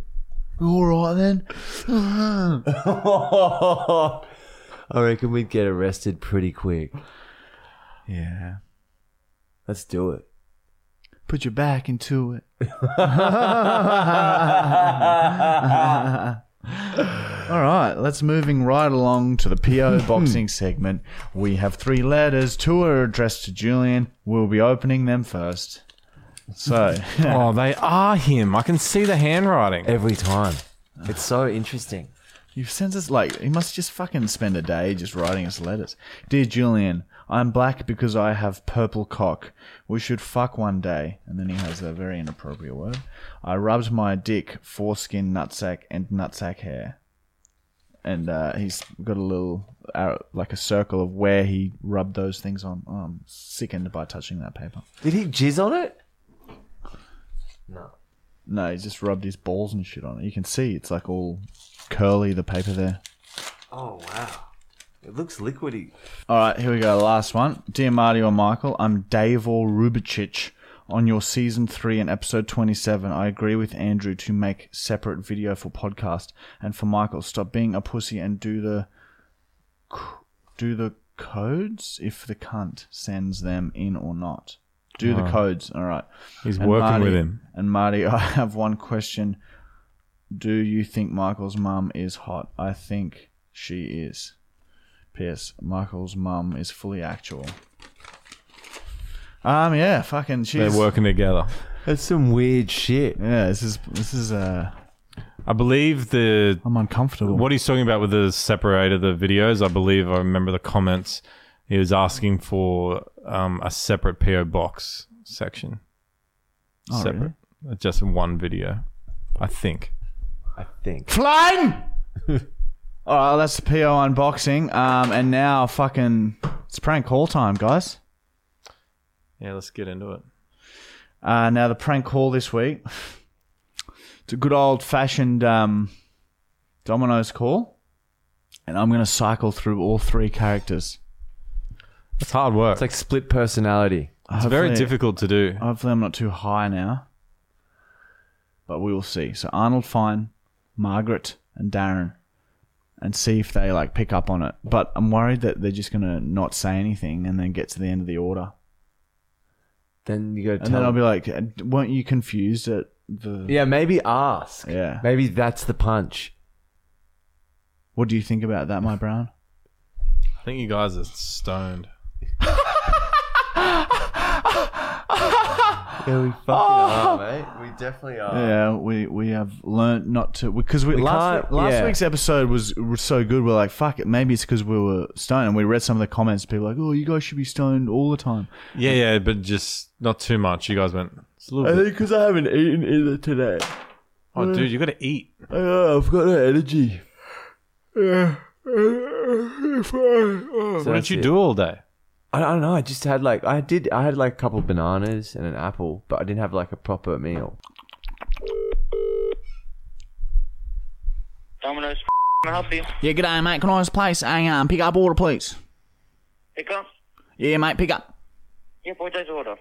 [SPEAKER 1] All right then.
[SPEAKER 3] oh, [LAUGHS] I reckon we'd get arrested pretty quick.
[SPEAKER 1] Yeah.
[SPEAKER 3] Let's do it.
[SPEAKER 1] Put your back into [LAUGHS] it. All right, let's moving right along to the [LAUGHS] PO boxing segment. We have three letters. Two are addressed to Julian. We'll be opening them first. So,
[SPEAKER 2] Oh, they are him. I can see the handwriting.
[SPEAKER 3] Every time. It's so interesting.
[SPEAKER 1] He sends us like he must just fucking spend a day just writing us letters. Dear Julian, I'm black because I have purple cock. We should fuck one day. And then he has a very inappropriate word. I rubbed my dick, foreskin, nutsack, and nutsack hair. And uh, he's got a little arrow, like a circle of where he rubbed those things on. Oh, I'm sickened by touching that paper.
[SPEAKER 3] Did he jizz on it? No.
[SPEAKER 1] No, he just rubbed his balls and shit on it. You can see it's like all curly the paper there.
[SPEAKER 3] Oh wow. It looks liquidy.
[SPEAKER 1] All right, here we go. Last one. Dear Marty or Michael, I'm Davor Rubicic. On your season three and episode 27, I agree with Andrew to make separate video for podcast. And for Michael, stop being a pussy and do the do the codes if the cunt sends them in or not. Do the codes. All right.
[SPEAKER 2] He's working
[SPEAKER 1] Marty-
[SPEAKER 2] with him.
[SPEAKER 1] And Marty, [LAUGHS] I have one question. Do you think Michael's mum is hot? I think she is. P.S. Michael's mum is fully actual. Um, yeah, fucking.
[SPEAKER 2] They're
[SPEAKER 1] She's
[SPEAKER 2] working together.
[SPEAKER 3] That's some weird shit.
[SPEAKER 1] Yeah, this is this is. Uh,
[SPEAKER 2] I believe the
[SPEAKER 1] I'm uncomfortable.
[SPEAKER 2] what he's talking about with the separator, the videos. I believe I remember the comments. He was asking for um, a separate PO box section,
[SPEAKER 1] Oh, really?
[SPEAKER 2] separate, just in one video. I think.
[SPEAKER 3] I think.
[SPEAKER 1] Flying.
[SPEAKER 2] [LAUGHS]
[SPEAKER 1] All right, that's the PO unboxing. Um, and now fucking it's prank call time, guys.
[SPEAKER 2] Yeah, let's get into it.
[SPEAKER 1] Uh, now the prank call this week. It's a good old fashioned um, Domino's call, and I'm gonna cycle through all three characters.
[SPEAKER 2] It's hard work.
[SPEAKER 3] It's like split personality.
[SPEAKER 2] it's very difficult to do.
[SPEAKER 1] Hopefully, I'm not too high now, but we will see. So Arnold Fine, Margaret, and Darren, and see if they like pick up on it. But I'm worried that they're just gonna not say anything and then get to the end of the order,
[SPEAKER 3] Then you go
[SPEAKER 1] and then
[SPEAKER 3] tell
[SPEAKER 1] I'll be
[SPEAKER 3] them.
[SPEAKER 1] like, "Weren't you confused at the?
[SPEAKER 3] Yeah, maybe ask.
[SPEAKER 1] Yeah.
[SPEAKER 3] Maybe that's the punch.
[SPEAKER 1] What do you think about that, my Brown?"
[SPEAKER 2] I think you guys are stoned.
[SPEAKER 3] Yeah, we fucking are, mate. We definitely are.
[SPEAKER 1] Yeah, we we have learnt not to because we,
[SPEAKER 3] Um, We
[SPEAKER 1] last
[SPEAKER 3] can't-
[SPEAKER 1] last
[SPEAKER 3] yeah.
[SPEAKER 1] week's episode was, was so good. We're like, fuck it. Maybe it's because we were stoned and we read some of the comments. People like, oh, you guys should be stoned all the time.
[SPEAKER 2] Yeah, yeah, but just not too much. You guys went. It's a little
[SPEAKER 3] I
[SPEAKER 2] bit.
[SPEAKER 3] think because I haven't eaten either today.
[SPEAKER 2] Oh, dude, you got to eat.
[SPEAKER 3] Uh, I've got no energy.
[SPEAKER 2] what did you do all day?
[SPEAKER 3] I don't know. I just had like I did. I had like a couple bananas and an apple, but I didn't have like a proper meal.
[SPEAKER 4] Domino's can I help you.
[SPEAKER 1] Yeah, good day, mate. Can I just place a um, pick up order, please?
[SPEAKER 4] Pick up.
[SPEAKER 1] Yeah, mate, pick up.
[SPEAKER 4] Yeah, boy, there's order.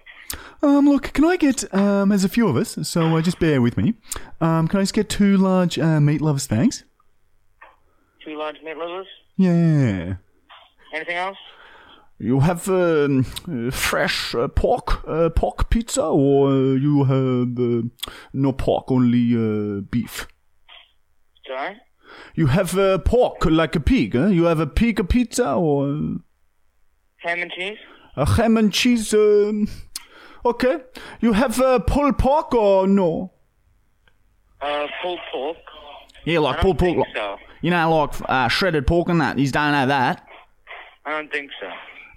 [SPEAKER 1] Um, look, can I get um, there's a few of us, so uh, just bear with me. Um, can I just get two large uh, meat lovers, thanks?
[SPEAKER 4] Two large meat lovers.
[SPEAKER 1] Yeah.
[SPEAKER 4] Anything else?
[SPEAKER 1] You have um, uh, fresh uh, pork, uh, pork pizza, or uh, you have uh, no pork, only uh, beef.
[SPEAKER 4] Sorry.
[SPEAKER 1] You have uh, pork like a pig. Huh? You have a pig pizza or uh,
[SPEAKER 4] Ham and cheese.
[SPEAKER 1] a ham and cheese. Um, okay. You have uh, pulled pork or no?
[SPEAKER 4] Uh, pulled pork.
[SPEAKER 1] Yeah,
[SPEAKER 4] I
[SPEAKER 1] like
[SPEAKER 4] don't
[SPEAKER 1] pulled pork.
[SPEAKER 4] think
[SPEAKER 1] like-
[SPEAKER 4] so.
[SPEAKER 1] You know, like uh, shredded pork and that. You don't have that.
[SPEAKER 4] I don't think so.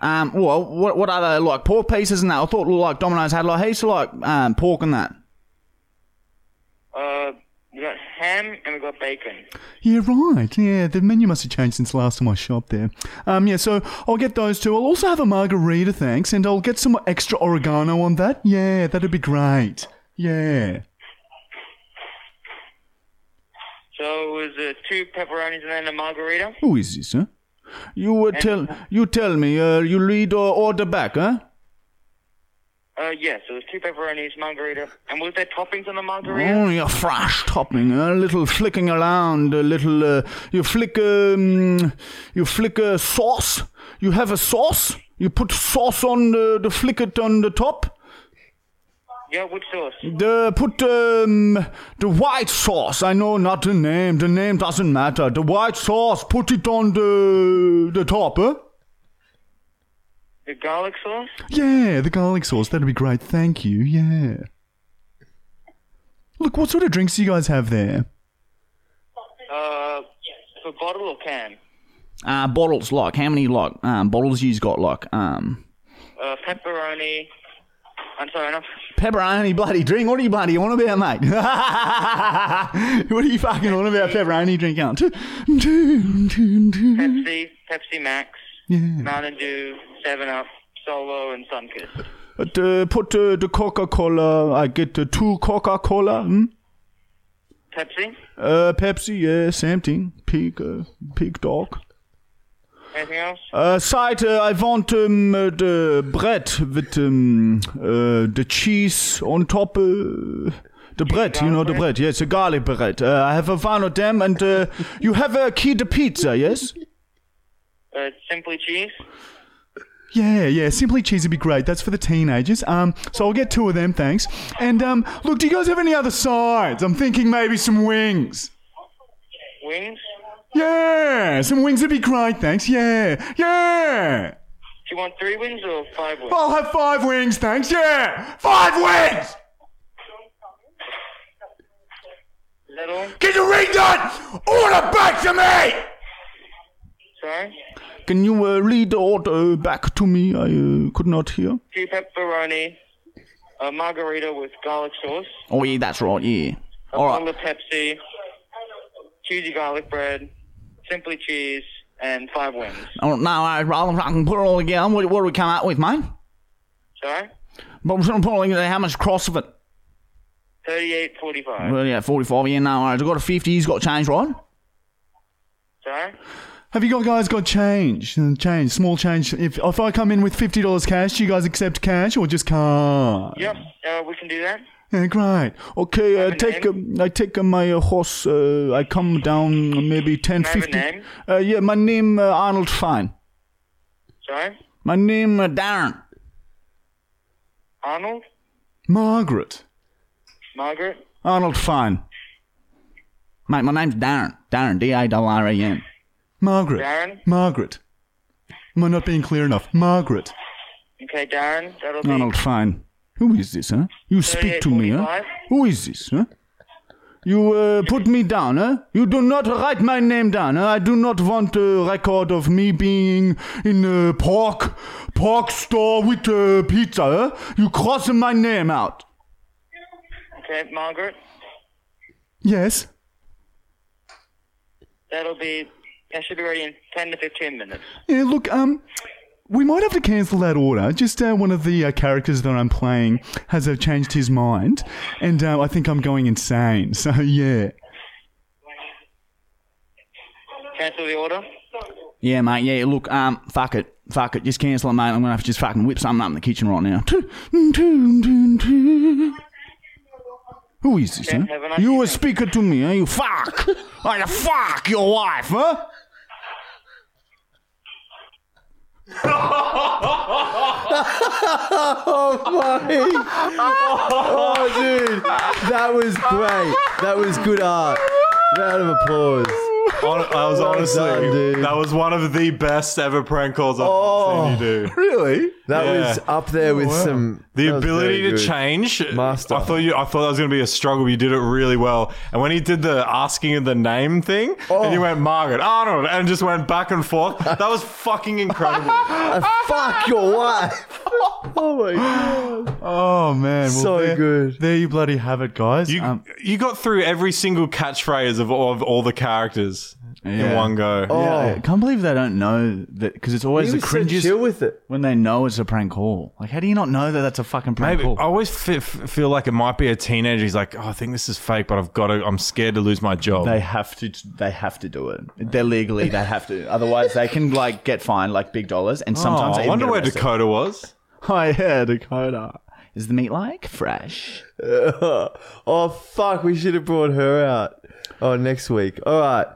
[SPEAKER 1] Um, well, what what other like pork pieces and that? I thought like Domino's had like heaps of like um, pork and that.
[SPEAKER 4] Uh, we got ham and we got bacon.
[SPEAKER 1] Yeah, right. Yeah, the menu must have changed since last time I shopped there. Um, yeah, so I'll get those two. I'll also have a margarita, thanks, and I'll get some extra oregano on that. Yeah, that'd be great. Yeah.
[SPEAKER 4] So it was uh, two pepperonis and then a margarita.
[SPEAKER 1] Who is this, huh? You uh, tell you tell me. Uh, you lead or order back, huh?
[SPEAKER 4] Uh, yeah, so there's two pepperonis, margarita, and was there toppings on the margarita?
[SPEAKER 1] Oh, your fresh topping, a little flicking around, a little. Uh, you flick, um, you flick a sauce. You have a sauce. You put sauce on the, the flick it on the top.
[SPEAKER 4] Yeah, which sauce?
[SPEAKER 1] The put um, the white sauce. I know not the name. The name doesn't matter. The white sauce. Put it on the the top. Huh?
[SPEAKER 4] The garlic sauce?
[SPEAKER 1] Yeah, the garlic sauce. That'd be great. Thank you. Yeah. Look, what sort of drinks do you guys have there?
[SPEAKER 4] Uh, for bottle or can?
[SPEAKER 1] Uh, bottles, like how many like um, bottles you's got? Like um,
[SPEAKER 4] Uh, pepperoni. I'm sorry, not
[SPEAKER 1] pepperoni bloody drink. What are you bloody on about, mate? [LAUGHS] what are you fucking on about pepperoni drink? [LAUGHS] Aren't?
[SPEAKER 4] Pepsi, Pepsi Max,
[SPEAKER 1] Hmm.
[SPEAKER 4] Mountain Dew, Seven Up, Solo, and Sunkist.
[SPEAKER 1] But, uh, put uh, the Coca Cola. I get uh, two Coca Cola. Hmm?
[SPEAKER 4] Pepsi?
[SPEAKER 1] Uh, Pepsi. Yeah, same thing. Pig, uh, pig dog.
[SPEAKER 4] Anything else?
[SPEAKER 1] Uh, side, uh, I want um, uh, the bread with um, uh, the cheese on top. Uh, the bread, you know the bread. Yes, a garlic bread. Uh, I have a one of them, and uh, [LAUGHS] you have a key to pizza. Yes.
[SPEAKER 4] Uh, simply cheese?
[SPEAKER 1] Yeah, yeah. Simply cheese would be great. That's for the teenagers. Um, so I'll get two of them, thanks. And um, look, do you guys have any other sides? I'm thinking maybe some wings.
[SPEAKER 4] Wings?
[SPEAKER 1] Yeah, some wings would be great, thanks. Yeah, yeah.
[SPEAKER 4] Do you want three wings or five wings?
[SPEAKER 1] I'll have five wings, thanks. Yeah, five wings.
[SPEAKER 4] Is that all?
[SPEAKER 1] Can you read that? Order back to me!
[SPEAKER 4] Sorry?
[SPEAKER 1] Can you uh, read the order back to me? I uh, could not hear.
[SPEAKER 4] Two pepperoni, a margarita with garlic sauce,
[SPEAKER 1] Oh, yeah, that's right, yeah.
[SPEAKER 4] a
[SPEAKER 1] All
[SPEAKER 4] bottle
[SPEAKER 1] right.
[SPEAKER 4] of Pepsi, cheesy garlic bread, simply cheese, and five wings.
[SPEAKER 1] Oh, now I, I can put it all together. What, what do we come out with, mate?
[SPEAKER 4] Sorry?
[SPEAKER 1] But we're gonna put all together. How much cross of it?
[SPEAKER 4] 38.45.
[SPEAKER 1] Well, yeah, 45, yeah, no worries. I've got a 50, he's got change, right?
[SPEAKER 4] Sorry?
[SPEAKER 1] Have you got guys got change? Uh, Change, small change. If, if I come in with $50 cash, do you guys accept cash or just can't?
[SPEAKER 4] Yep, uh, we can do that.
[SPEAKER 1] Yeah, great. Okay, I
[SPEAKER 4] have a
[SPEAKER 1] take um, I take uh, my uh, horse. Uh, I come down maybe ten
[SPEAKER 4] Can I have a
[SPEAKER 1] fifty.
[SPEAKER 4] name?
[SPEAKER 1] Uh, yeah, my name uh, Arnold Fine.
[SPEAKER 4] Sorry?
[SPEAKER 1] My name uh, Darren.
[SPEAKER 4] Arnold?
[SPEAKER 1] Margaret.
[SPEAKER 4] Margaret?
[SPEAKER 1] Arnold Fine. Mate, my name's Darren. Darren. D A R R E N. Margaret.
[SPEAKER 4] Darren?
[SPEAKER 1] Margaret. Am I not being clear enough? Margaret.
[SPEAKER 4] Okay, Darren, that'll be
[SPEAKER 1] Arnold Fine. Who is this, huh? You speak to me, huh?
[SPEAKER 4] 38.45.
[SPEAKER 1] Who is this, huh? You uh, put me down, huh? You do not write my name down. Huh? I do not want a record of me being in a pork pork store with uh, pizza. Huh? You crossing my name out?
[SPEAKER 4] okay, Margaret.
[SPEAKER 1] Yes.
[SPEAKER 4] That'll be that should be ready in ten to fifteen minutes.
[SPEAKER 1] Yeah, look, um, we might have to cancel that order. Just uh, one of the uh, characters that I'm playing has uh, changed his mind, and uh, I think I'm going insane. [LAUGHS] So yeah.
[SPEAKER 4] Cancel the order.
[SPEAKER 1] Yeah, mate. Yeah, look. Um, fuck it, fuck it. Just cancel it, mate. I'm gonna have to just fucking whip something up in the kitchen right now. mm, Who is this?
[SPEAKER 4] Okay,
[SPEAKER 1] huh?
[SPEAKER 4] have a nice
[SPEAKER 1] You a
[SPEAKER 4] evening.
[SPEAKER 1] speaker to me? Huh? You fuck!
[SPEAKER 4] [LAUGHS]
[SPEAKER 1] oh, you fuck your wife, huh?
[SPEAKER 3] Oh, dude, that was great. That was good art. Round of applause.
[SPEAKER 2] Hon- I
[SPEAKER 3] [LAUGHS]
[SPEAKER 2] was honestly,
[SPEAKER 3] done, dude.
[SPEAKER 2] that was one of the best ever prank calls I've
[SPEAKER 3] Oh.
[SPEAKER 2] seen you do.
[SPEAKER 3] [LAUGHS]
[SPEAKER 1] Really?
[SPEAKER 3] That
[SPEAKER 2] Yeah.
[SPEAKER 3] was up there with some.
[SPEAKER 2] The
[SPEAKER 3] that was
[SPEAKER 2] ability
[SPEAKER 3] very
[SPEAKER 2] to
[SPEAKER 3] good.
[SPEAKER 2] change,
[SPEAKER 3] Master.
[SPEAKER 2] I thought you, I thought that was going to be a struggle. but You did it really well. And when he did the asking of the name thing, and
[SPEAKER 3] Oh.
[SPEAKER 2] you went Margaret Arnold, and just went back and
[SPEAKER 3] [LAUGHS]
[SPEAKER 2] forth. That was fucking incredible.
[SPEAKER 3] Ah, fuck your wife. [LAUGHS] oh my god.
[SPEAKER 1] Oh man, well,
[SPEAKER 3] So
[SPEAKER 1] there,
[SPEAKER 3] good.
[SPEAKER 1] There you bloody have it, guys.
[SPEAKER 2] You
[SPEAKER 1] Um,
[SPEAKER 2] you got through every single catchphrase of all, of all the characters
[SPEAKER 1] Yeah.
[SPEAKER 2] in one go.
[SPEAKER 3] Oh,
[SPEAKER 1] yeah, I can't believe they don't know that because it's always
[SPEAKER 3] he
[SPEAKER 1] the
[SPEAKER 3] was so
[SPEAKER 1] cringiest
[SPEAKER 3] chill with it.
[SPEAKER 1] when they know it's a prank call. Like, how do you not know that that's a fucking prank
[SPEAKER 2] Maybe
[SPEAKER 1] call?
[SPEAKER 2] I always fe- f- feel like it might be a teenager. He's like, oh, I think this is fake, but I've got to. I'm scared to lose my job.
[SPEAKER 1] They have to. They have to do it. They're legally. They have to. Otherwise, they can like get fined like big dollars. And
[SPEAKER 2] oh,
[SPEAKER 1] sometimes they
[SPEAKER 2] I
[SPEAKER 1] even
[SPEAKER 2] wonder
[SPEAKER 1] get
[SPEAKER 2] where
[SPEAKER 1] arrested.
[SPEAKER 2] Dakota was.
[SPEAKER 1] Oh yeah, Dakota. Is the meat like fresh?
[SPEAKER 3] [LAUGHS] oh fuck, we should have brought her out. Oh, next week. All right,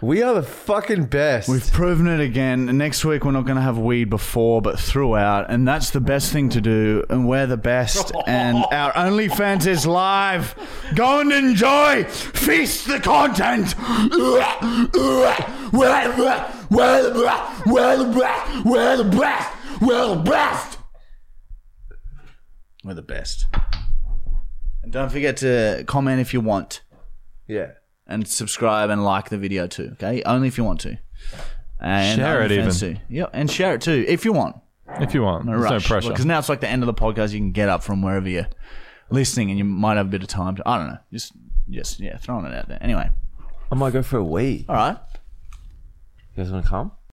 [SPEAKER 3] we are the fucking best.
[SPEAKER 1] We've proven it again. And Next week we're not going to have weed before, but throughout, and that's the best thing to do. And we're the best. and [LAUGHS] our OnlyFans is live. Go and enjoy, feast the content. We're the best. We're the best. We're the best. We're the best. We're the best. And don't forget to comment if you want
[SPEAKER 3] yeah,
[SPEAKER 1] and subscribe and like the video too. Okay, only if you want to. And
[SPEAKER 2] Share it
[SPEAKER 1] OnlyFans Too. Yeah, and share it too if you want.
[SPEAKER 2] If you want, there's no
[SPEAKER 1] Rush.
[SPEAKER 2] pressure.
[SPEAKER 1] Because now it's like the end of the podcast. You can get up from wherever you're listening, and you might have a bit of time. To, I don't know. Just, just yeah, throwing it out there. Anyway,
[SPEAKER 3] I might go for a wee.
[SPEAKER 1] all right.
[SPEAKER 3] You guys want to come?